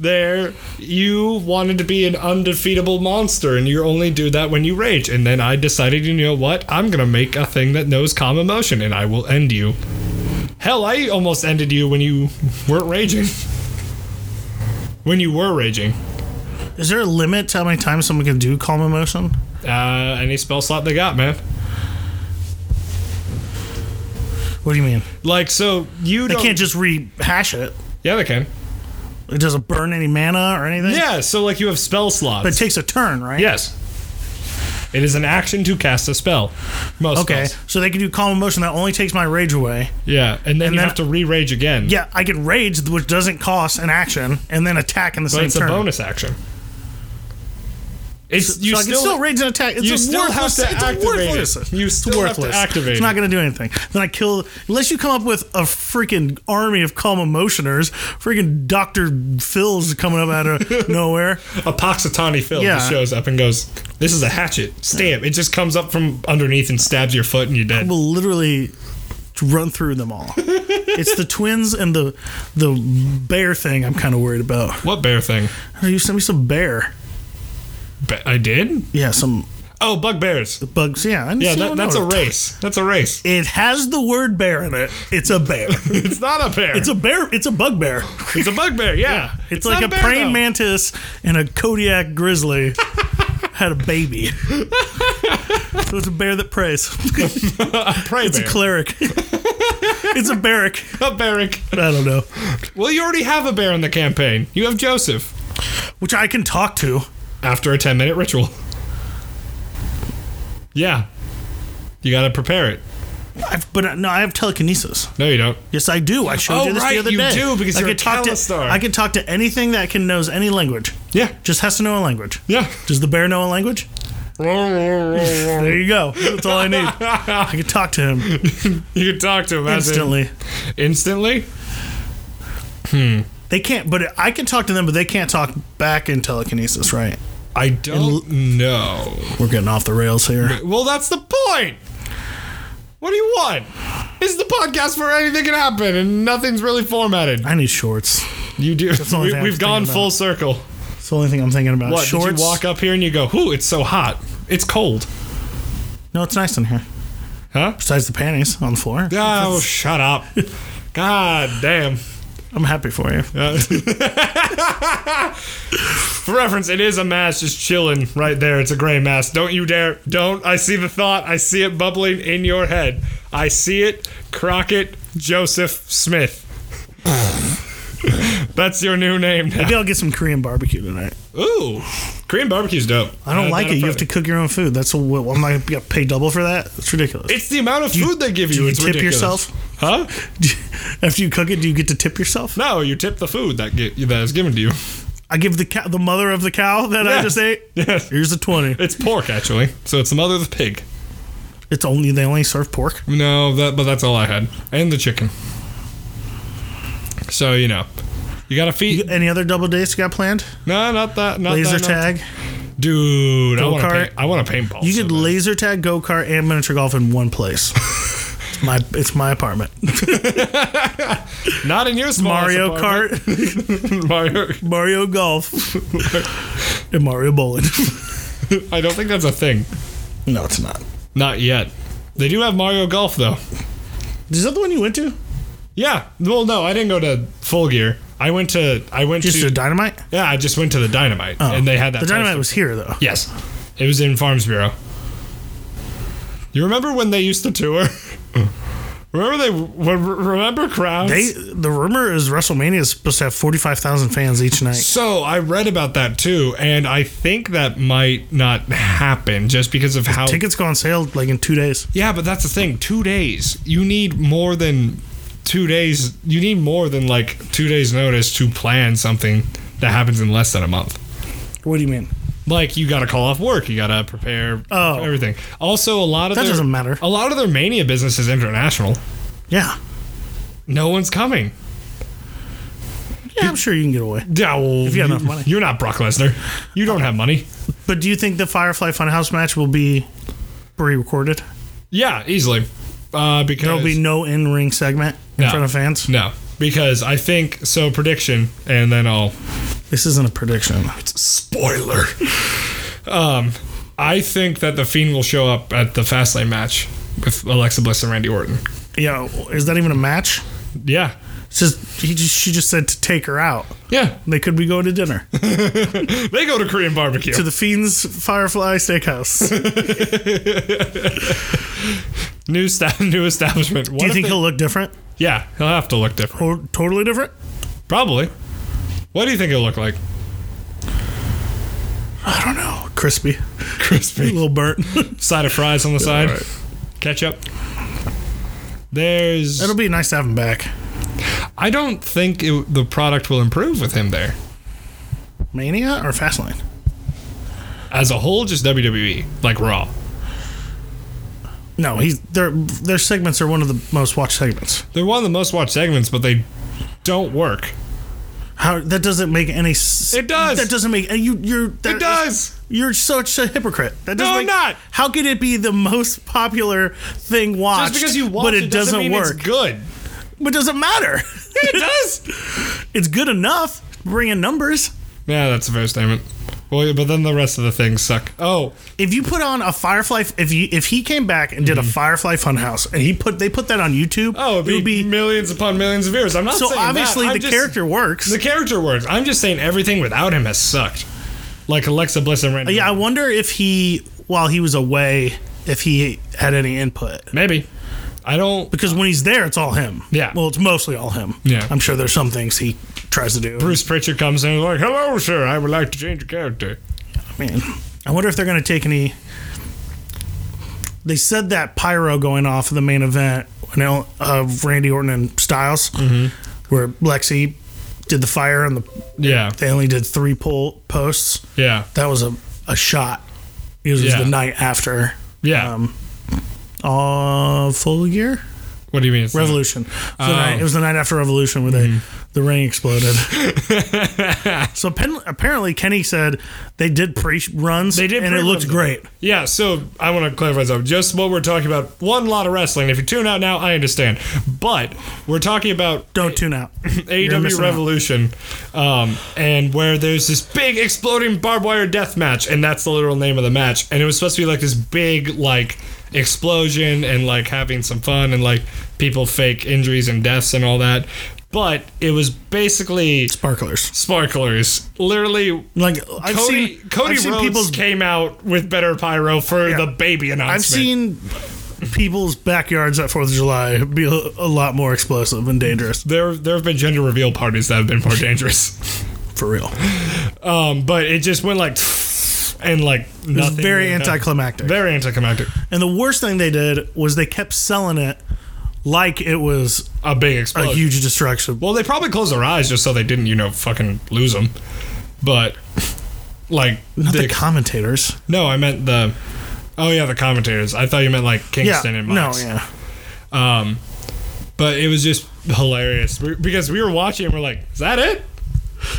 Speaker 1: there you wanted to be an undefeatable monster, and you only do that when you rage. And then I decided, you know what? I'm gonna make a thing that knows calm emotion, and I will end you. Hell, I almost ended you when you weren't raging. When you were raging.
Speaker 2: Is there a limit to how many times someone can do calm emotion?
Speaker 1: Uh, any spell slot they got, man.
Speaker 2: What do you mean?
Speaker 1: Like so, you
Speaker 2: They
Speaker 1: don't.
Speaker 2: can't just rehash it.
Speaker 1: yeah, they can.
Speaker 2: It doesn't burn any mana or anything.
Speaker 1: Yeah, so like you have spell
Speaker 2: But it
Speaker 1: slots.
Speaker 2: takes a turn, right?
Speaker 1: yes, it is an action to cast a spell. Most
Speaker 2: Okay.
Speaker 1: spells.
Speaker 2: So they can do calm emotion that only takes my rage away.
Speaker 1: Yeah, and then you
Speaker 2: then-
Speaker 1: have to re-rage again.
Speaker 2: Yeah, I can rage, which doesn't cost an action, and then attack in the
Speaker 1: but
Speaker 2: same
Speaker 1: it's
Speaker 2: turn.
Speaker 1: a bonus action. It's
Speaker 2: So
Speaker 1: you
Speaker 2: I can
Speaker 1: still,
Speaker 2: still rage and attack. It's
Speaker 1: you
Speaker 2: a
Speaker 1: still have
Speaker 2: worthless.
Speaker 1: to
Speaker 2: it's a
Speaker 1: activate
Speaker 2: worthless.
Speaker 1: it. You still have to activate
Speaker 2: It's
Speaker 1: it.
Speaker 2: not going to do anything. Then I kill. Unless you come up with a freaking army of calm emotioners, freaking Doctor Phil's coming up out of nowhere.
Speaker 1: a Poxitani Phil
Speaker 2: Yeah.
Speaker 1: just shows up and goes, "This is a hatchet." Stamp. It just comes up from underneath and stabs your foot, and you're dead.
Speaker 2: Will literally to run through them all. it's the twins and the the bear thing I'm kind of worried about.
Speaker 1: What bear thing?
Speaker 2: You sent me some bear.
Speaker 1: Ba- I did?
Speaker 2: Yeah, some
Speaker 1: Oh, bugbears.
Speaker 2: bugs. Yeah, I didn't
Speaker 1: Yeah,
Speaker 2: see
Speaker 1: that,
Speaker 2: one
Speaker 1: that's a
Speaker 2: over.
Speaker 1: race. That's a race.
Speaker 2: It has the word bear in it. It's a bear.
Speaker 1: It's not a bear.
Speaker 2: it's a bear. It's a bugbear.
Speaker 1: It's a bugbear, yeah.
Speaker 2: It's, like
Speaker 1: not
Speaker 2: a,
Speaker 1: bear,
Speaker 2: praying
Speaker 1: though.
Speaker 2: mantis and a Kodiak grizzly had a baby. so it's a bear that prays.
Speaker 1: A prey
Speaker 2: It's
Speaker 1: bear.
Speaker 2: a cleric. it's a barrack.
Speaker 1: a barrack.
Speaker 2: I don't know.
Speaker 1: Well, you already have a bear in the campaign. You have Joseph.
Speaker 2: Which I can talk to.
Speaker 1: After a 10 minute ritual. Yeah. You gotta prepare it.
Speaker 2: I've, but uh, no, I have telekinesis.
Speaker 1: No, you don't.
Speaker 2: Yes, I do. I showed
Speaker 1: Oh,
Speaker 2: you this
Speaker 1: right,
Speaker 2: the other
Speaker 1: you
Speaker 2: day.
Speaker 1: do, because
Speaker 2: I
Speaker 1: you're
Speaker 2: can
Speaker 1: a
Speaker 2: talk to,
Speaker 1: Talistar.
Speaker 2: I can talk to anything that can knows any language.
Speaker 1: Yeah.
Speaker 2: Just has to know a language.
Speaker 1: Yeah.
Speaker 2: Does the bear know a language? There you go. That's all I need. I can talk to him
Speaker 1: you can talk to him as in-
Speaker 2: instantly.
Speaker 1: Instantly?
Speaker 2: They can't, but I can talk to them, but they can't talk back in telekinesis, right?
Speaker 1: I don't know.
Speaker 2: We're getting off the rails here.
Speaker 1: Well, that's the point. What do you want? This is the podcast where anything can happen and nothing's really formatted.
Speaker 2: I need shorts.
Speaker 1: You do.
Speaker 2: the only
Speaker 1: We,
Speaker 2: thing I
Speaker 1: we've
Speaker 2: was
Speaker 1: gone
Speaker 2: thinking
Speaker 1: full circle.
Speaker 2: It's the only thing I'm thinking about.
Speaker 1: What?
Speaker 2: shorts?
Speaker 1: Did you walk up here and you go, "Ooh, it's so hot. It's cold."
Speaker 2: No, it's nice in here.
Speaker 1: Huh?
Speaker 2: Besides the panties on the floor.
Speaker 1: Oh, shut up. God damn.
Speaker 2: I'm happy for you.
Speaker 1: For reference, it is a mask just chilling right there. It's a gray mask. Don't you dare. Don't. I see the thought. I see it bubbling in your head. I see it. Crockett Joseph Smith. That's your new name now.
Speaker 2: Maybe I'll get some Korean barbecue tonight.
Speaker 1: Ooh. Korean barbecue's dope.
Speaker 2: I don't like it. You have
Speaker 1: Friday.
Speaker 2: to cook your own food. That's what I'm not gonna pay double for that. It's ridiculous.
Speaker 1: It's the amount of food they give you.
Speaker 2: do you
Speaker 1: it's
Speaker 2: tip
Speaker 1: ridiculous.
Speaker 2: yourself
Speaker 1: Huh?
Speaker 2: after you cook it? Do you get to tip yourself?
Speaker 1: No, you tip the food that get, that is given to you.
Speaker 2: I give the cow, the mother of the cow that I
Speaker 1: Yeah.
Speaker 2: just ate.
Speaker 1: Yes.
Speaker 2: Here's a twenty.
Speaker 1: It's pork actually. So it's the mother of the pig.
Speaker 2: It's only they only serve pork.
Speaker 1: No, that but that's all I had, and the chicken. So you know, you gotta feed.
Speaker 2: Any other double dates you got planned?
Speaker 1: No, not that. Not
Speaker 2: Laser
Speaker 1: that, not-
Speaker 2: tag.
Speaker 1: dude. I want
Speaker 2: Go-kart?
Speaker 1: to. I want a paintball.
Speaker 2: You
Speaker 1: so
Speaker 2: could
Speaker 1: bad.
Speaker 2: laser tag, go kart, and miniature golf in one place. It's my it's my apartment.
Speaker 1: not in your small
Speaker 2: Mario
Speaker 1: apartment.
Speaker 2: Kart,
Speaker 1: Mario.
Speaker 2: Mario Golf, and Mario Bowling.
Speaker 1: I don't think that's a thing.
Speaker 2: no, it's not.
Speaker 1: Not yet. They do have Mario Golf though.
Speaker 2: Is that the one you went to?
Speaker 1: Yeah. Well, no, I didn't go to Full Gear. I went to. I went
Speaker 2: Just
Speaker 1: to.
Speaker 2: a dynamite.
Speaker 1: yeah, I just went to the Dynamite, and they had that.
Speaker 2: The dynamite
Speaker 1: test.
Speaker 2: was here though.
Speaker 1: Yes. It was in Farms Bureau. You remember when they used to tour? remember they when, remember crowds?
Speaker 2: They the rumor is WrestleMania is supposed to have forty five thousand fans each night.
Speaker 1: so I read about that too, and I think that might not happen just because of how.
Speaker 2: Tickets go on sale like in two days.
Speaker 1: yeah, but that's the thing. Two days. You need more than two days. You need more than like two days' notice to plan something that happens in less than a month.
Speaker 2: What do you mean?
Speaker 1: like you got to call off work, you got to prepare
Speaker 2: Oh.
Speaker 1: everything. Also, a lot of
Speaker 2: That
Speaker 1: their-
Speaker 2: doesn't matter.
Speaker 1: A lot of their mania business is international.
Speaker 2: Yeah.
Speaker 1: No one's coming.
Speaker 2: Yeah, I'm sure you can get away.
Speaker 1: Yeah, well, if
Speaker 2: you have enough money.
Speaker 1: you're not Brock Lesnar. You don't have money.
Speaker 2: But do you think the Firefly Funhouse match will be pre-recorded?
Speaker 1: Yeah, easily. Uh, because
Speaker 2: There'll be no in-ring segment in
Speaker 1: No.
Speaker 2: front of fans.
Speaker 1: no, because I think so. Prediction, and then I'll
Speaker 2: This isn't a prediction.
Speaker 1: spoiler. um, I think that the Fiend will show up at the Fastlane match with Alexa Bliss and Randy Orton.
Speaker 2: Yeah, is that even a match?
Speaker 1: Yeah,
Speaker 2: It's just he just she just said to take her out.
Speaker 1: yeah.
Speaker 2: They could be going to dinner
Speaker 1: They go to Korean barbecue.
Speaker 2: to the Fiends Firefly Steakhouse. Do
Speaker 1: new sta- new establishment. What
Speaker 2: you
Speaker 1: if
Speaker 2: think
Speaker 1: they-
Speaker 2: he'll look different?
Speaker 1: Yeah, he'll have to look different.
Speaker 2: Or totally different?
Speaker 1: Probably. What do you think he'll look like?
Speaker 2: I don't know. Crispy, a
Speaker 1: Crispy.
Speaker 2: little burnt.
Speaker 1: Side of fries on the side.
Speaker 2: alright.
Speaker 1: Ketchup. There's.
Speaker 2: It'll be nice to have him back.
Speaker 1: I don't think it, the product will improve with him there.
Speaker 2: Mania or Fastlane?
Speaker 1: As a whole, just WWE, like Raw.
Speaker 2: No, he's their their segments are one of the most watched segments.
Speaker 1: They're one of the most watched segments, but they don't work.
Speaker 2: How that doesn't make any. s-
Speaker 1: It does.
Speaker 2: That doesn't make you. You're. That
Speaker 1: It does.
Speaker 2: You're such a hypocrite. That doesn't
Speaker 1: No,
Speaker 2: make,
Speaker 1: I'm not.
Speaker 2: How could it be the most popular thing watched?
Speaker 1: Just because you watch
Speaker 2: but it, doesn't,
Speaker 1: mean
Speaker 2: work.
Speaker 1: it's good.
Speaker 2: But does it matter?
Speaker 1: It does.
Speaker 2: it's good enough. Bring in numbers.
Speaker 1: Yeah, that's a fair statement. Well, yeah, but then the rest of the things suck. Oh,
Speaker 2: If you put on a Firefly, if you if he came back and did a Firefly Funhouse and he put they put that on YouTube,
Speaker 1: Mm-hmm. oh, it'd be,
Speaker 2: it would be
Speaker 1: millions upon millions of viewers. I'm not
Speaker 2: so
Speaker 1: saying
Speaker 2: obviously
Speaker 1: that. I'm
Speaker 2: the
Speaker 1: just-
Speaker 2: character works.
Speaker 1: the character works. I'm just saying everything without him has sucked. Like Alexa Bliss and Randy.
Speaker 2: yeah, I wonder if he while he was away, if he had any input.
Speaker 1: maybe. I don't.
Speaker 2: Because when he's there, it's all him.
Speaker 1: Yeah.
Speaker 2: Well, it's mostly all him.
Speaker 1: Yeah.
Speaker 2: I'm sure there's some things he tries to do.
Speaker 1: Bruce Pritchard comes in and is like, "Hello, sir. I would like to change your character."
Speaker 2: Man, I wonder if they're going to take any. They said that pyro going off of the main event you know, of Randy Orton and Styles,
Speaker 1: Mm-hmm.
Speaker 2: where Lexi did the fire and the,
Speaker 1: Yeah,
Speaker 2: they only did three pull posts.
Speaker 1: yeah,
Speaker 2: That was a, a shot. It was
Speaker 1: Yeah.
Speaker 2: the night after
Speaker 1: yeah.
Speaker 2: Um, uh, full gear
Speaker 1: what do you mean? It's not-
Speaker 2: Revolution. It was, the night, it was the night after Revolution where they
Speaker 1: Mm-hmm.
Speaker 2: the ring exploded. so pen, apparently Kenny said they did pre runs.
Speaker 1: They did
Speaker 2: and it looked
Speaker 1: pre-runs.
Speaker 2: great.
Speaker 1: Yeah, so I want to clarify something. Just what we're talking about. One lot of wrestling. If you tune out now, I understand. But we're talking about
Speaker 2: Don't tune out. You're
Speaker 1: AEW
Speaker 2: missing out.
Speaker 1: Revolution, um, and where there's this big exploding barbed wire death match, and that's the literal name of the match. And it was supposed to be like this big like explosion and like having some fun and like people fake injuries and deaths and all that. But it was basically
Speaker 2: Sparklers.
Speaker 1: sparklers. Literally,
Speaker 2: Like I've
Speaker 1: Cody
Speaker 2: seen
Speaker 1: Cody
Speaker 2: I've seen
Speaker 1: Rhodes
Speaker 2: people's
Speaker 1: came out with better pyro for the baby announcement.
Speaker 2: I've seen people's backyards at Fourth of July be a, a lot more explosive and dangerous
Speaker 1: there there have been gender reveal parties that have been more dangerous.
Speaker 2: for real.
Speaker 1: Um, but it just went like and like nothing.
Speaker 2: It was very
Speaker 1: happened.
Speaker 2: anticlimactic.
Speaker 1: Very anticlimactic.
Speaker 2: And the worst thing they did was they kept selling it like it was
Speaker 1: A big
Speaker 2: a
Speaker 1: explosion.
Speaker 2: huge destruction.
Speaker 1: well, they probably closed their eyes just so they didn't, you know, fucking lose them. But like
Speaker 2: Not the
Speaker 1: the-
Speaker 2: commentators.
Speaker 1: no, I meant the. Oh yeah, the commentators. I thought you meant like
Speaker 2: Yeah.
Speaker 1: Kingston and
Speaker 2: No,
Speaker 1: Mox.
Speaker 2: yeah.
Speaker 1: But it was just hilarious We- because we were watching and we're like, "Is that it?"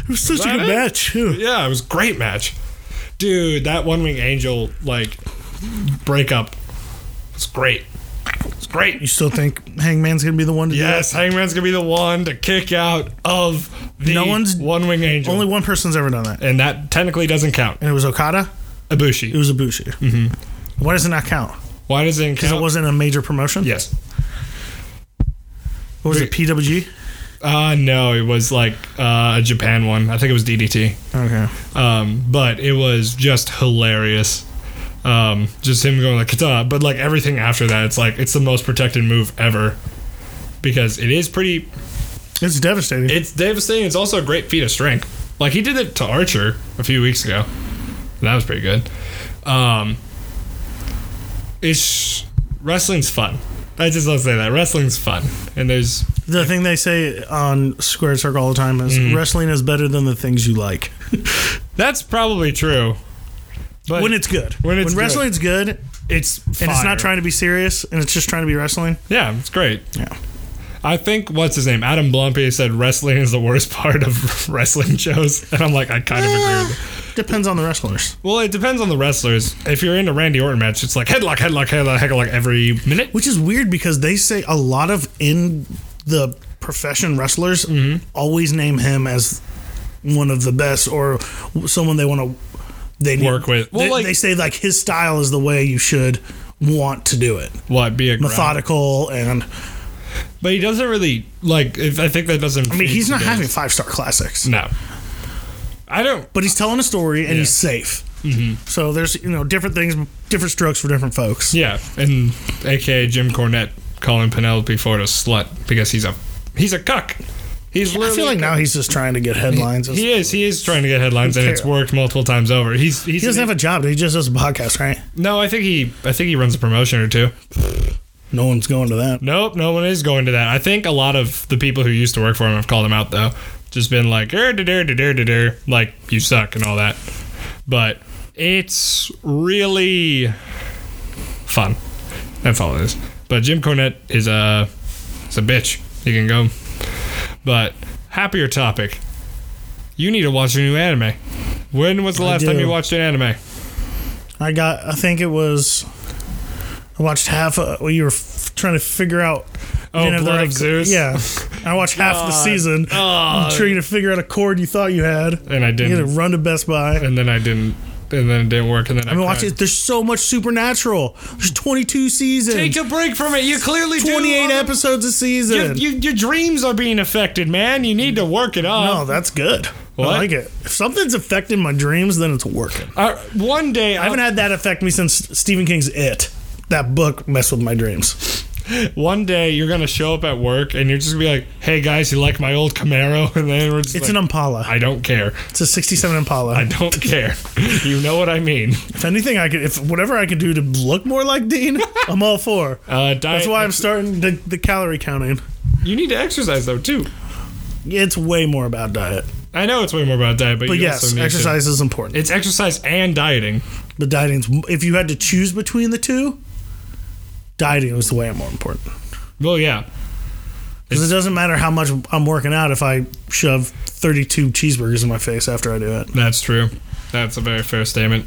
Speaker 2: It was such a
Speaker 1: that
Speaker 2: good
Speaker 1: it?
Speaker 2: match too.
Speaker 1: Yeah, it was a great match. Dude, that one wing angel like breakup was great. It's great.
Speaker 2: You still think Hangman's gonna be the one to
Speaker 1: Yes, Hangman's gonna be the one to kick out of the
Speaker 2: No one's-
Speaker 1: one wing
Speaker 2: do
Speaker 1: angel.
Speaker 2: that? Only one person's ever done that,
Speaker 1: and that technically doesn't count.
Speaker 2: and it was Okada. It
Speaker 1: Ibushi.
Speaker 2: was Ibushi. Mm-hmm. Why does it not count?
Speaker 1: Why does it
Speaker 2: Because
Speaker 1: count?
Speaker 2: it wasn't a major promotion.
Speaker 1: yes.
Speaker 2: What was it? PWG.
Speaker 1: Uh no, it was like uh, a Japan one. I think it was DDT.
Speaker 2: Okay.
Speaker 1: Um, but it was just hilarious. Um, just him going like kata, but like everything after that, it's like it's the most protected move ever because it is pretty.
Speaker 2: It's devastating.
Speaker 1: It's devastating. It's also a great feat of strength. Like he did it to Archer a few weeks ago. And that was pretty good. Um, it's wrestling's fun. I just want to say that wrestling's fun, and there's
Speaker 2: the thing they say on Square Circle all the time is
Speaker 1: Mm-hmm.
Speaker 2: wrestling is better than the things you like
Speaker 1: that's probably true. But
Speaker 2: when it's good.
Speaker 1: When it's good.
Speaker 2: wrestling's good and
Speaker 1: it's fire.
Speaker 2: it's not trying to be serious and it's just trying to be wrestling.
Speaker 1: Yeah, it's great.
Speaker 2: Yeah.
Speaker 1: I think what's his name? Adam Blumpy said wrestling is the worst part of wrestling shows, and I'm like, I kind of agree.
Speaker 2: Ah.
Speaker 1: with it.
Speaker 2: Depends on the wrestlers.
Speaker 1: Well, it depends on the wrestlers. If you're into Randy Orton match, it's like headlock, headlock, headlock, headlock every minute.
Speaker 2: Which is weird because they say a lot of in the profession wrestlers
Speaker 1: Mm-hmm.
Speaker 2: always name him as one of the best or someone they want to they need-
Speaker 1: Work with. Well,
Speaker 2: they,
Speaker 1: like-
Speaker 2: they say like his style is the way you should want to do it,
Speaker 1: What be a grind.
Speaker 2: methodical and
Speaker 1: but he doesn't really like. If, I think that doesn't.
Speaker 2: I mean he's not having five star classics,
Speaker 1: No, I don't.
Speaker 2: but he's telling a story and he's safe.
Speaker 1: Mm-hmm.
Speaker 2: So there's you know different things, different strokes for different folks.
Speaker 1: Yeah, and AKA Jim Cornette calling Penelope Ford a slut because he's a he's a cuck. He's
Speaker 2: I
Speaker 1: literally
Speaker 2: feel like
Speaker 1: a cuck.
Speaker 2: now he's just trying to get headlines. He,
Speaker 1: He is. He is trying to get headlines, and it's worked multiple times over. He's. he's
Speaker 2: doesn't have a job. He just does a podcast, right?
Speaker 1: No, I think he. I think he runs a promotion or two.
Speaker 2: No one's going to that.
Speaker 1: Nope, no one is going to that. I think a lot of the people who used to work for him have called him out though, just been like, "Er, da, da, da, da, da, da," like you suck and all that. But it's really fun. That's all it is. But Jim Cornette is a, is a bitch. He can go. But happier topic. You need to watch a new anime. When was the last time
Speaker 2: do.
Speaker 1: you watched an anime?
Speaker 2: I got. I think it was. I watched half. Of, well, you were f- trying to figure out.
Speaker 1: Oh,
Speaker 2: you didn't have the
Speaker 1: Blood
Speaker 2: right
Speaker 1: of
Speaker 2: co-
Speaker 1: Zeus?
Speaker 2: Yeah, I watched half the
Speaker 1: God.
Speaker 2: season.
Speaker 1: Oh.
Speaker 2: Trying to figure out a chord you thought you had.
Speaker 1: And I
Speaker 2: You had to
Speaker 1: didn't.
Speaker 2: run to Best Buy.
Speaker 1: And then I didn't. And then it didn't work. And then I,
Speaker 2: I mean, watch
Speaker 1: cried.
Speaker 2: it. There's so much supernatural. There's 22 seasons.
Speaker 1: Take a break from it. You clearly do
Speaker 2: 28
Speaker 1: other-
Speaker 2: episodes a
Speaker 1: Your,
Speaker 2: season.
Speaker 1: your, your dreams are being affected, man. You need to work it
Speaker 2: no,
Speaker 1: off.
Speaker 2: Oh, that's good.
Speaker 1: What?
Speaker 2: I like it. If something's affecting my dreams, then it's working.
Speaker 1: Uh, one day,
Speaker 2: I haven't had that affect me since Stephen King's It. That book messed with my dreams.
Speaker 1: uh, one day you're gonna show up at work and you're just gonna be like, "Hey guys, you like my old Camaro?" And then we're just
Speaker 2: It's
Speaker 1: like,
Speaker 2: an Impala.
Speaker 1: "I don't care.
Speaker 2: it's a 67 Impala.
Speaker 1: I don't care. you know what I mean."
Speaker 2: if anything, I could, if whatever I could do to look more like Dean, I'm all for.
Speaker 1: Uh, diet,
Speaker 2: That's why I'm starting the, the calorie counting.
Speaker 1: You need to exercise though too.
Speaker 2: It's way more about diet.
Speaker 1: I know it's way more about diet, but,
Speaker 2: But
Speaker 1: you
Speaker 2: yes,
Speaker 1: also need to-
Speaker 2: exercise is important.
Speaker 1: It's exercise and dieting.
Speaker 2: But dieting's if you had to choose between the two, dieting was the way more important.
Speaker 1: Well, yeah.
Speaker 2: Because it doesn't matter how much I'm working out if I shove 32 cheeseburgers in my face after I do it.
Speaker 1: That's true. That's a very fair statement.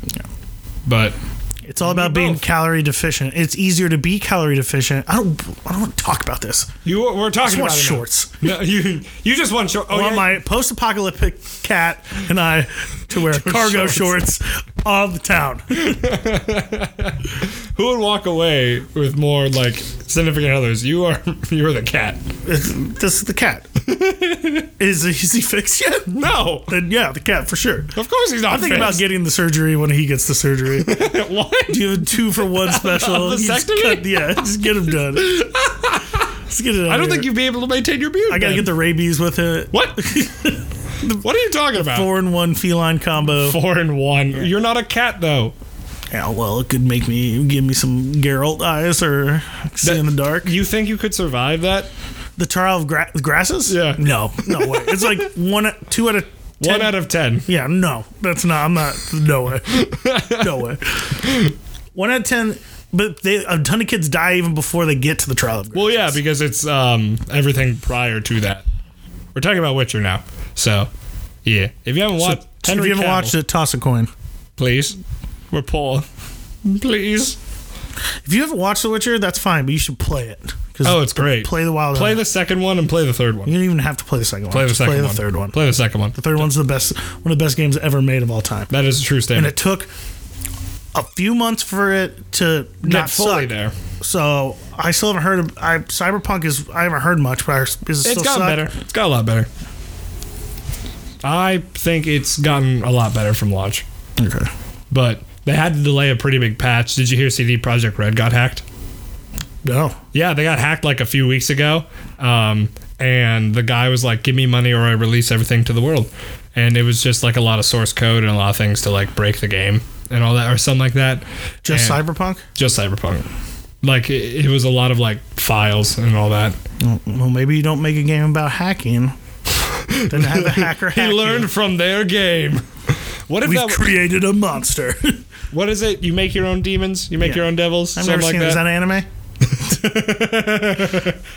Speaker 1: But
Speaker 2: It's all about being
Speaker 1: both.
Speaker 2: calorie deficient. It's easier to be calorie deficient. I don't I don't want to talk about this.
Speaker 1: you we're talking
Speaker 2: I want
Speaker 1: about it now.
Speaker 2: shorts.
Speaker 1: No, you you just want short. Oh,
Speaker 2: I
Speaker 1: yeah,
Speaker 2: want my post-apocalyptic cat and I to wear cargo shorts. all the town.
Speaker 1: Who would walk away with more like significant others? You are you are the cat.
Speaker 2: this is the cat. is is he fixed yet?
Speaker 1: No,
Speaker 2: Then yeah, the cat for sure.
Speaker 1: of course he's not.
Speaker 2: I'm thinking about getting the surgery when he gets the surgery.
Speaker 1: about what?
Speaker 2: Do a two for one special. You just
Speaker 1: vasectomy?
Speaker 2: cut- yeah, just get him done. Let's get it.
Speaker 1: I don't think you'd be able to maintain your beard.
Speaker 2: I gotta
Speaker 1: then.
Speaker 2: get the rabies with it.
Speaker 1: what? what are you talking about?
Speaker 2: Four in one feline combo.
Speaker 1: Four and one. You're not a cat though.
Speaker 2: Yeah, well, it could make me give me some Geralt eyes or see in the dark.
Speaker 1: You think you could survive that?
Speaker 2: The trial of gra- grasses?
Speaker 1: Yeah.
Speaker 2: No, no way. It's like one, two out of ten.
Speaker 1: One out of ten.
Speaker 2: Yeah, no, that's not. I'm not. No way. No way. One out of ten. But they, a ton of kids die even before they get to the trial of grasses.
Speaker 1: Well, yeah, because it's um everything prior to that. We're talking about Witcher now, so yeah. If you haven't watched,
Speaker 2: if
Speaker 1: Henry
Speaker 2: you haven't
Speaker 1: Cavill,
Speaker 2: watched it, toss a coin.
Speaker 1: please. We're poor. Please.
Speaker 2: If you haven't watched The Witcher, that's fine, but you should play it. 'Cause
Speaker 1: Oh, it's great.
Speaker 2: play the Wild.
Speaker 1: Play
Speaker 2: Hunt.
Speaker 1: the second one and play the third one.
Speaker 2: You don't even have to play the second one.
Speaker 1: Play the
Speaker 2: Just
Speaker 1: second
Speaker 2: play
Speaker 1: one.
Speaker 2: the third one.
Speaker 1: Play the second one.
Speaker 2: the third one's the best. One of the best games ever made of all time.
Speaker 1: That is a true
Speaker 2: And
Speaker 1: statement.
Speaker 2: it took a few months for it to
Speaker 1: Not
Speaker 2: not
Speaker 1: fully
Speaker 2: suck.
Speaker 1: there.
Speaker 2: So I still haven't heard. Of, I Cyberpunk is. I haven't heard much, but I, is it
Speaker 1: It's
Speaker 2: still
Speaker 1: gotten
Speaker 2: suck?
Speaker 1: better. It's got a lot better. I think it's gotten a lot better from launch,
Speaker 2: Okay.
Speaker 1: but they had to delay a pretty big patch. Did you hear CD Project Red got hacked?
Speaker 2: No.
Speaker 1: Yeah, they got hacked like a few weeks ago. Um, and the guy was like, "Give me money, or I release everything to the world." And it was just like a lot of source code and a lot of things to like break the game and all that, or something like that.
Speaker 2: Just
Speaker 1: And-
Speaker 2: Cyberpunk.
Speaker 1: just Cyberpunk. Like it, it was a lot of like files and all that.
Speaker 2: Well, maybe you don't make a game about hacking. then have a hacker hack.
Speaker 1: He
Speaker 2: you.
Speaker 1: learned from their game. What if
Speaker 2: We've
Speaker 1: that?
Speaker 2: created a monster.
Speaker 1: what is it? You make your own demons. You make
Speaker 2: Yeah.
Speaker 1: your own devils.
Speaker 2: I've
Speaker 1: something
Speaker 2: never
Speaker 1: like
Speaker 2: seen it.
Speaker 1: that.
Speaker 2: Is that an anime?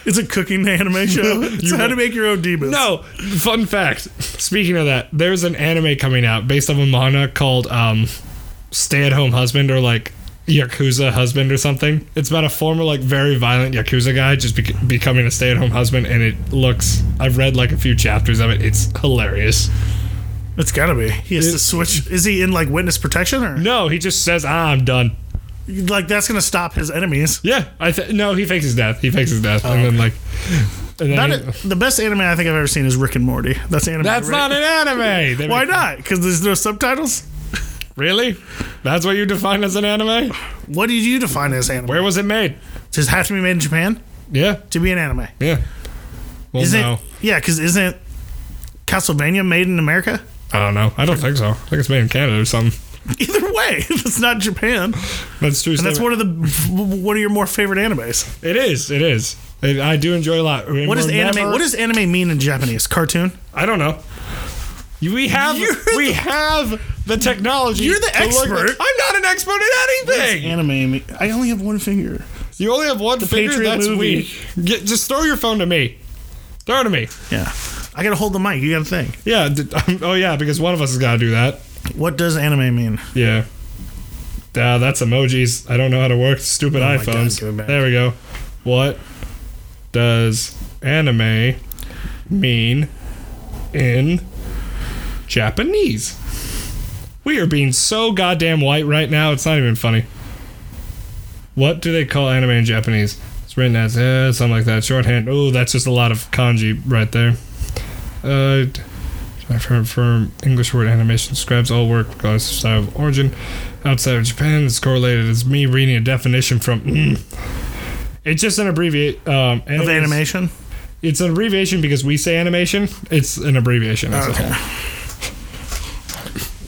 Speaker 2: it's a cooking anime show. It's how to make your own demons.
Speaker 1: no. Fun fact. Speaking of that, there's an anime coming out based on a manga called um, "Stay at Home Husband" or like Yakuza Husband or something. It's about a former like very violent Yakuza guy just bec becoming a stay at home husband, and it looks. I've read like a few chapters of it. It's hilarious.
Speaker 2: It's gotta be. He has to switch. Is he in like witness protection or
Speaker 1: No, he just says, ah, "I'm done."
Speaker 2: like that's gonna stop his enemies?
Speaker 1: Yeah, I th- no, he fakes his death. He fakes his death, and then like, and then
Speaker 2: That
Speaker 1: he-
Speaker 2: is, the best anime I think I've ever seen is Rick and Morty. That's anime.
Speaker 1: that's
Speaker 2: right?
Speaker 1: not an anime. They
Speaker 2: Why
Speaker 1: make-
Speaker 2: not? Because there's no subtitles.
Speaker 1: Really? That's what you define as an anime?
Speaker 2: What did you define as anime?
Speaker 1: Where was it made?
Speaker 2: Does it have to be made in Japan
Speaker 1: Yeah,
Speaker 2: to be an anime?
Speaker 1: yeah. Well,
Speaker 2: Isn't
Speaker 1: Oh, no,
Speaker 2: yeah? Because isn't Castlevania made in America?
Speaker 1: I don't know. I don't think so. I think it's made in Canada or something.
Speaker 2: Either way, it's not Japan.
Speaker 1: That's true.
Speaker 2: And that's one of the one of your more favorite animes.
Speaker 1: it is. It is. It, I do enjoy a lot. And
Speaker 2: What does
Speaker 1: we're
Speaker 2: anime?
Speaker 1: never-
Speaker 2: What does anime mean in Japanese? Cartoon.
Speaker 1: I don't know. You- We have
Speaker 2: You're
Speaker 1: we have the technology.
Speaker 2: You're the
Speaker 1: to look-
Speaker 2: expert.
Speaker 1: I'm not an expert at anything.
Speaker 2: Anime. me- I only have one finger.
Speaker 1: You only have one finger.
Speaker 2: Patriot
Speaker 1: that's
Speaker 2: movie.
Speaker 1: weak. Get, just throw your phone to me. Throw it to me.
Speaker 2: Yeah. I gotta hold the mic. You gotta think.
Speaker 1: Yeah. d- oh yeah, because one of us has got to do that.
Speaker 2: What does anime mean?
Speaker 1: Yeah. Uh, that's emojis. I don't know how to work stupid
Speaker 2: Oh my God,
Speaker 1: iPhones.
Speaker 2: go back.
Speaker 1: there we go. What does anime mean in Japanese? We are being so goddamn white right now, it's not even funny. What do they call anime in Japanese? It's written as uh, something like that, shorthand. Oh, that's just a lot of kanji right there. Uh, for, for English word animation describes all work regardless of style of origin. Outside of Japan, it's correlated as me reading a definition from. mm. It's just an abbreviate um,
Speaker 2: Of animation?
Speaker 1: It's an abbreviation because we say animation. It's an abbreviation.
Speaker 2: Oh,
Speaker 1: as a whole.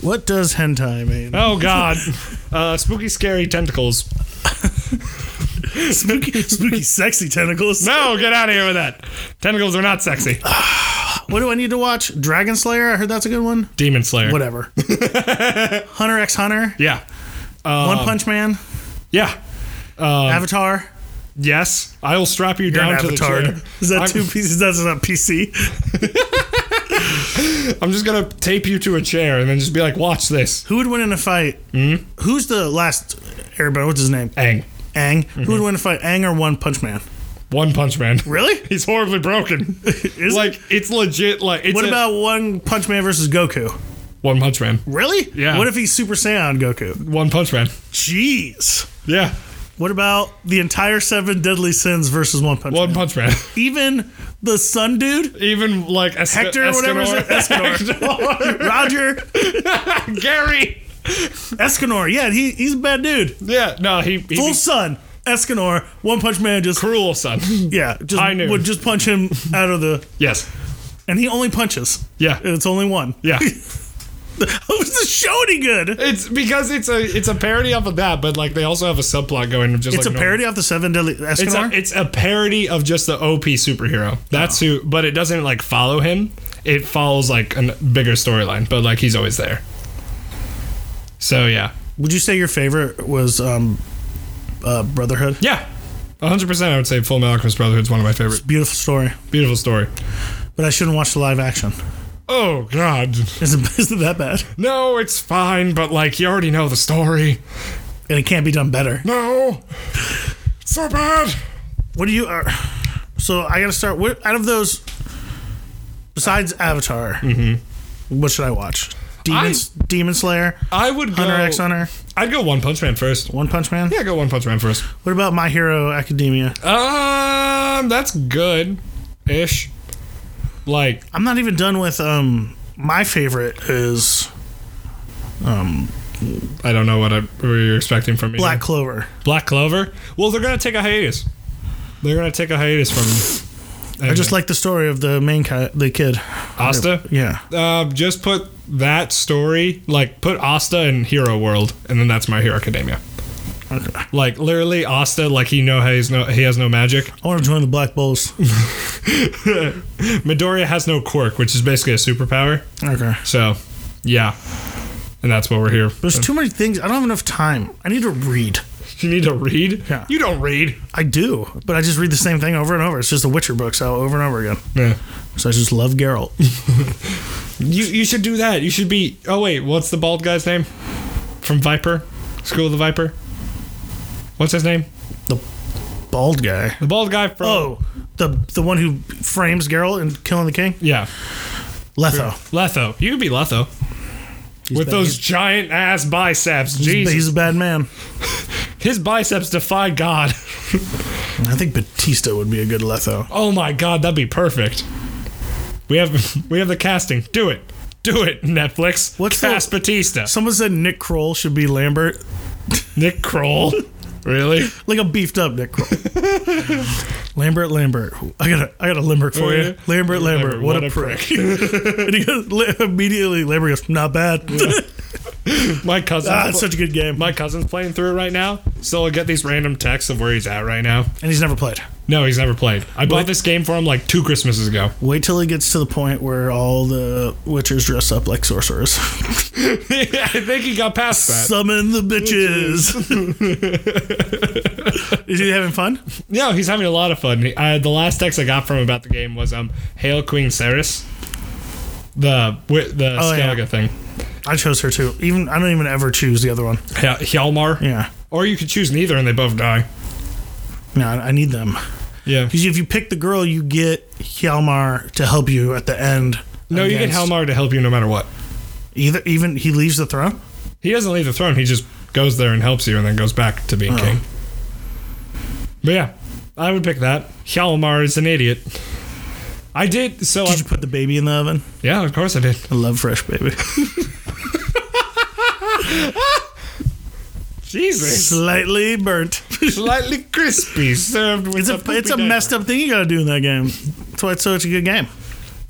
Speaker 2: What does hentai mean?
Speaker 1: Oh God, uh, spooky, scary tentacles.
Speaker 2: spooky, spooky, sexy tentacles.
Speaker 1: No, get out of here with that. Tentacles are not sexy.
Speaker 2: What do I need to watch? Dragon Slayer. I heard that's a good one.
Speaker 1: Demon Slayer.
Speaker 2: Whatever. Hunter X Hunter.
Speaker 1: Yeah, Um,
Speaker 2: one Punch Man.
Speaker 1: yeah,
Speaker 2: Avatar.
Speaker 1: yes. I will strap you um, down to the chair.
Speaker 2: Is that
Speaker 1: I'm-
Speaker 2: two pieces? That's not PC.
Speaker 1: I'm just gonna tape you to a chair and then just be like, "Watch this."
Speaker 2: Who would win in a fight?
Speaker 1: Hmm?
Speaker 2: Who's the last Airbender? What's his name?
Speaker 1: Ang,
Speaker 2: Ang. Who
Speaker 1: Mm-hmm.
Speaker 2: would win in a fight? Ang or One Punch Man?
Speaker 1: One Punch Man.
Speaker 2: Really?
Speaker 1: He's horribly broken.
Speaker 2: Is
Speaker 1: like it's legit. Like it's
Speaker 2: What
Speaker 1: a-
Speaker 2: about One Punch Man versus Goku?
Speaker 1: One Punch Man?
Speaker 2: Really?
Speaker 1: Yeah.
Speaker 2: What if he's Super Saiyan Goku?
Speaker 1: One Punch Man.
Speaker 2: Jeez.
Speaker 1: Yeah,
Speaker 2: What about the entire Seven Deadly Sins versus One Punch
Speaker 1: One
Speaker 2: Man?
Speaker 1: Punch Man.
Speaker 2: Even the Sun Dude,
Speaker 1: Even like Es-
Speaker 2: Hector, or whatever his Escanor, Roger,
Speaker 1: Escanor. Gary.
Speaker 2: Escanor. Yeah, he, he's a bad dude.
Speaker 1: Yeah, no, he, he
Speaker 2: Full
Speaker 1: be
Speaker 2: Sun, Escanor, One Punch Man just
Speaker 1: cruel son.
Speaker 2: yeah, just
Speaker 1: I knew.
Speaker 2: would just punch him out of the
Speaker 1: yes.
Speaker 2: and he only punches.
Speaker 1: Yeah.
Speaker 2: It's only one.
Speaker 1: Yeah.
Speaker 2: How is the show any good?
Speaker 1: It's because it's a it's a parody of that, but like they also have a subplot going of just
Speaker 2: It's
Speaker 1: like
Speaker 2: a
Speaker 1: normal-
Speaker 2: parody of the Seven Deadly
Speaker 1: It's
Speaker 2: Escanor.
Speaker 1: a, it's a parody of just the OP superhero. That's who, but it doesn't like follow him. It follows like a bigger storyline, but like he's always there. So yeah,
Speaker 2: would you say your favorite was um, uh, Brotherhood?
Speaker 1: yeah, hundred percent. I would say Full Metal Alchemist Brotherhood is one of my favorite.
Speaker 2: Beautiful story,
Speaker 1: Beautiful story.
Speaker 2: but I shouldn't watch the live action.
Speaker 1: Oh God,
Speaker 2: Is it, is it that bad?
Speaker 1: no, it's fine, but like you already know the story.
Speaker 2: And it can't be done better.
Speaker 1: No, so bad.
Speaker 2: What do you? Uh, so I gotta start. What out of those? Besides Avatar,
Speaker 1: Mm-hmm.
Speaker 2: what should I watch? Demons, Demon Slayer,
Speaker 1: I would go.
Speaker 2: Hunter X Hunter,
Speaker 1: I'd go One Punch Man first.
Speaker 2: One Punch Man.
Speaker 1: Yeah, go One Punch Man first.
Speaker 2: What about My Hero Academia?
Speaker 1: Um, that's good, ish. Like
Speaker 2: I'm not even done with um. My favorite is um,
Speaker 1: I don't know what, I, what you're expecting from me.
Speaker 2: Black Clover.
Speaker 1: Black Clover. Well, they're gonna take a hiatus. They're gonna take a hiatus from.
Speaker 2: I just like the story of the main ki- the kid.
Speaker 1: Asta.
Speaker 2: Yeah,
Speaker 1: Uh, just put that story, like put Asta in Hero World, and then that's My Hero Academia.
Speaker 2: Okay.
Speaker 1: Like literally, Asta, like he know he's no he has no magic.
Speaker 2: I want to join the Black Bulls.
Speaker 1: Midoriya has no quirk, which is basically a superpower.
Speaker 2: Okay,
Speaker 1: So, yeah, and that's what we're here.
Speaker 2: there's too many things. I don't have enough time. I need to read.
Speaker 1: You need to read.
Speaker 2: Yeah.
Speaker 1: You don't read.
Speaker 2: I do, but I just read the same thing over and over. It's just the Witcher books out over and over again.
Speaker 1: Yeah.
Speaker 2: So I just love Geralt.
Speaker 1: You you should do that. You should be. Oh wait, what's the bald guy's name? From Viper, School of the Viper. What's his name?
Speaker 2: the bald guy.
Speaker 1: The bald guy from.
Speaker 2: Oh, the the one who frames Geralt and killing the king,
Speaker 1: Yeah,
Speaker 2: Letho.
Speaker 1: Letho. You could be Letho
Speaker 2: He's
Speaker 1: with
Speaker 2: bad.
Speaker 1: those giant ass biceps.
Speaker 2: He's- he's,
Speaker 1: Jesus,
Speaker 2: he's a bad man.
Speaker 1: his biceps defy God.
Speaker 2: I think Batista would be a good Letho.
Speaker 1: Oh my God, that'd be perfect. We have we have the casting. Do it, do it, Netflix.
Speaker 2: What's the-
Speaker 1: Cast Batista?
Speaker 2: Someone said Nick Kroll should be Lambert,
Speaker 1: Nick Kroll. really?
Speaker 2: like a beefed up Nick Kroll. Lambert, Lambert. I got a, I got a limerick for
Speaker 1: Yeah.
Speaker 2: you. Lambert,
Speaker 1: Lambert,
Speaker 2: Lambert. what, a prick. and he goes, li- immediately Lambert goes, not bad.
Speaker 1: My cousin.
Speaker 2: ah, it's such a good game.
Speaker 1: my cousin's playing through it right now, so I'll get these random texts of where he's at right now.
Speaker 2: and he's never played.
Speaker 1: No, he's never played. I bought this game for him like two Christmases ago.
Speaker 2: Wait till he gets to the point where all the witchers dress up like sorcerers.
Speaker 1: I think he got past that.
Speaker 2: Summon the bitches. Is he having fun?
Speaker 1: uh, No, he's having a lot of fun. He- I, the last text I got from him about the game was um, "Hail Queen Ceres." the wi- the
Speaker 2: Oh, yeah.
Speaker 1: Skellige thing.
Speaker 2: I chose her too. Even I don't even ever choose the other one.
Speaker 1: Hel- Hjalmar.
Speaker 2: Yeah.
Speaker 1: Or you could choose neither and they both die.
Speaker 2: No, I I need them.
Speaker 1: Yeah.
Speaker 2: Because if you pick the girl, you get Hjalmar to help you at the end.
Speaker 1: No, you get
Speaker 2: against-
Speaker 1: Hjalmar to help you no matter what.
Speaker 2: Either even he leaves the throne.
Speaker 1: He doesn't leave the throne. He just goes there and helps you, and then goes back to being king. But yeah, I would pick that. Hjalmar is an idiot. I did so. I,
Speaker 2: Did you put the baby in the oven?
Speaker 1: yeah, of course I did.
Speaker 2: I love fresh baby.
Speaker 1: Jesus,
Speaker 2: Slightly burnt.
Speaker 1: slightly crispy, served with
Speaker 2: It's a it's a messed up thing you gotta do in that game. That's why it's such a good game.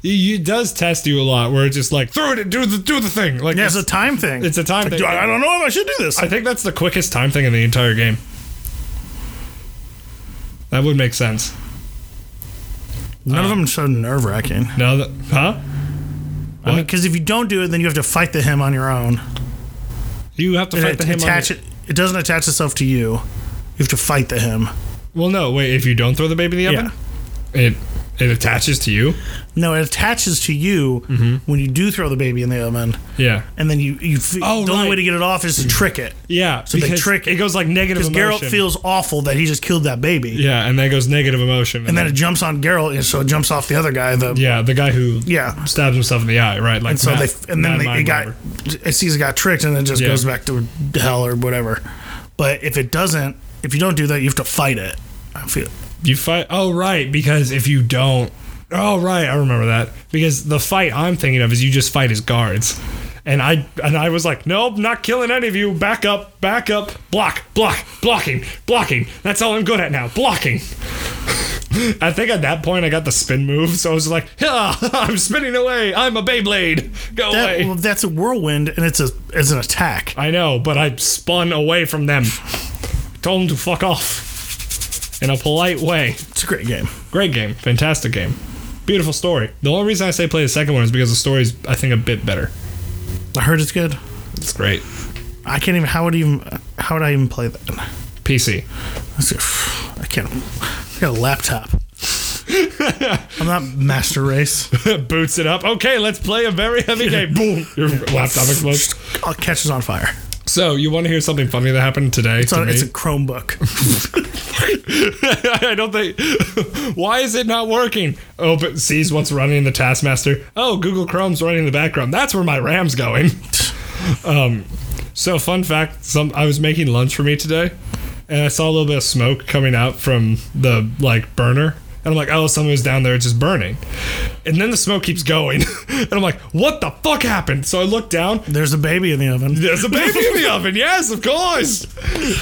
Speaker 1: It does test you a lot, where it's just like throw it, and do the do the thing. Like
Speaker 2: Yeah,
Speaker 1: it's,
Speaker 2: it's a time thing.
Speaker 1: it's a time thing.
Speaker 2: I I don't know if I should do this.
Speaker 1: I think that's the quickest time thing in the entire game. That would make sense.
Speaker 2: None of them are so nerve wracking.
Speaker 1: Now that huh?
Speaker 2: I mean, because if you don't do it, then you have to fight the him on your own.
Speaker 1: You have to
Speaker 2: And
Speaker 1: fight
Speaker 2: it,
Speaker 1: the him. on
Speaker 2: attach
Speaker 1: the-
Speaker 2: it. It doesn't attach itself to you. You have to fight the him.
Speaker 1: Well, no, wait. If you don't throw the baby in the oven, it it attaches to you.
Speaker 2: No, it attaches to you
Speaker 1: Mm-hmm.
Speaker 2: when you do throw the baby in the oven,
Speaker 1: Yeah,
Speaker 2: and then you you f-
Speaker 1: Oh,
Speaker 2: the
Speaker 1: right.
Speaker 2: only way to get it off is to trick it.
Speaker 1: yeah. So
Speaker 2: they trick
Speaker 1: it goes like negative
Speaker 2: Because
Speaker 1: emotion.
Speaker 2: Geralt feels awful that he just killed that baby,
Speaker 1: yeah, and then it goes negative emotion,
Speaker 2: and then it jumps on Geralt, and so it jumps off the other guy. The
Speaker 1: yeah, the guy who
Speaker 2: yeah.
Speaker 1: stabs himself in the eye, right? Like
Speaker 2: And so
Speaker 1: Mad-
Speaker 2: they f- and then
Speaker 1: Mad
Speaker 2: they,
Speaker 1: Mind
Speaker 2: it got
Speaker 1: whatever.
Speaker 2: it sees it got tricked, and it just
Speaker 1: Yeah.
Speaker 2: goes back to hell or whatever. But if it doesn't, if you don't do that, you have to fight it. I feel.
Speaker 1: you fight. Oh, right, because if you don't, oh, right, I remember that because the fight I'm thinking of is you just fight his guards. And I and I was like, nope, not killing any of you. Back up, back up, block, block, blocking, blocking. That's all I'm good at now, blocking. I think at that point I got the spin move, so I was like, yeah, I'm spinning away. I'm a Beyblade. Go
Speaker 2: That,
Speaker 1: away.
Speaker 2: well, that's a whirlwind, and it's a it's an attack.
Speaker 1: I know, but I spun away from them. Told them to fuck off in a polite way.
Speaker 2: It's a great game.
Speaker 1: Great game, fantastic game, beautiful story. The only reason I say play the second one is because the story's I think a bit better.
Speaker 2: I heard it's good.
Speaker 1: It's great.
Speaker 2: I can't even. How would even? How would I even play that?
Speaker 1: PC.
Speaker 2: Let's see. I can't. I got a laptop. I'm not master race.
Speaker 1: Boots it up. Okay, let's play a very heavy game. Boom. Your laptop explodes.
Speaker 2: I'll uh, catch it on fire.
Speaker 1: So you want to hear something funny that happened today?
Speaker 2: It's,
Speaker 1: to
Speaker 2: on,
Speaker 1: me?
Speaker 2: it's a Chromebook.
Speaker 1: I don't think. Why is it not working? Oh, but sees what's running in the Taskmaster. Oh, Google Chrome's running in the background. That's where my RAM's going. um, so fun fact: some I was making lunch for me today, and I saw a little bit of smoke coming out from the like burner. And I'm like, oh, something's down there, it's just burning. And then the smoke keeps going. and I'm like, what the fuck happened? So I look down.
Speaker 2: There's a baby in the oven.
Speaker 1: There's a baby in the oven. Yes, of course.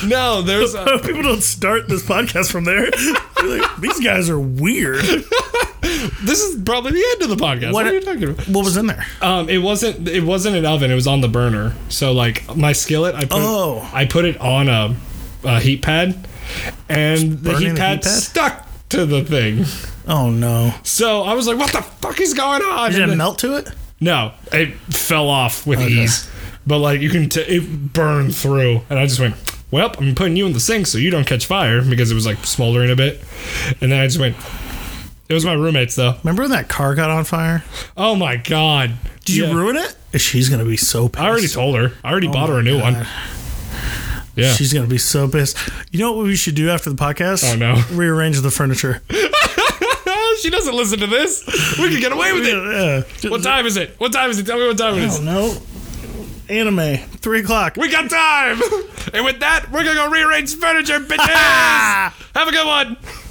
Speaker 1: No, there's. A,
Speaker 2: People don't start this podcast from there. They're like, These guys are weird.
Speaker 1: this is probably the end of the podcast. What,
Speaker 2: What-
Speaker 1: are you talking about?
Speaker 2: What was in there?
Speaker 1: Um, it wasn't. It wasn't an oven. It was on the burner. So like my skillet, I put.
Speaker 2: Oh.
Speaker 1: I put it on a, a heat pad, and the
Speaker 2: burning
Speaker 1: heat
Speaker 2: the
Speaker 1: pad,
Speaker 2: heat pad?
Speaker 1: stuck to the thing.
Speaker 2: Oh no!
Speaker 1: So I was like, "What the fuck is going on?"
Speaker 2: Did
Speaker 1: And
Speaker 2: it
Speaker 1: then-
Speaker 2: melt to it?
Speaker 1: No, it fell off with ease. But like you can, t- it burned through, and I just went. Well, I'm putting you in the sink so you don't catch fire because it was like smoldering a bit, and then I just went. It was my roommates though.
Speaker 2: Remember when that car got on fire?
Speaker 1: Oh my god!
Speaker 2: Did
Speaker 1: Yeah.
Speaker 2: you ruin it? She's gonna be so pissed.
Speaker 1: I already told her. I already bought her a new one. Yeah.
Speaker 2: She's gonna be so pissed. You know what we should do after the podcast?
Speaker 1: Oh, no.
Speaker 2: Rearrange the furniture.
Speaker 1: she doesn't listen to this. We can get away with it.
Speaker 2: Yeah.
Speaker 1: What time is it? What time is it? Tell me what time it
Speaker 2: Oh
Speaker 1: is.
Speaker 2: no. Anime. Three o'clock.
Speaker 1: We got time. And with that, we're gonna go rearrange furniture, bitches. Have a good one.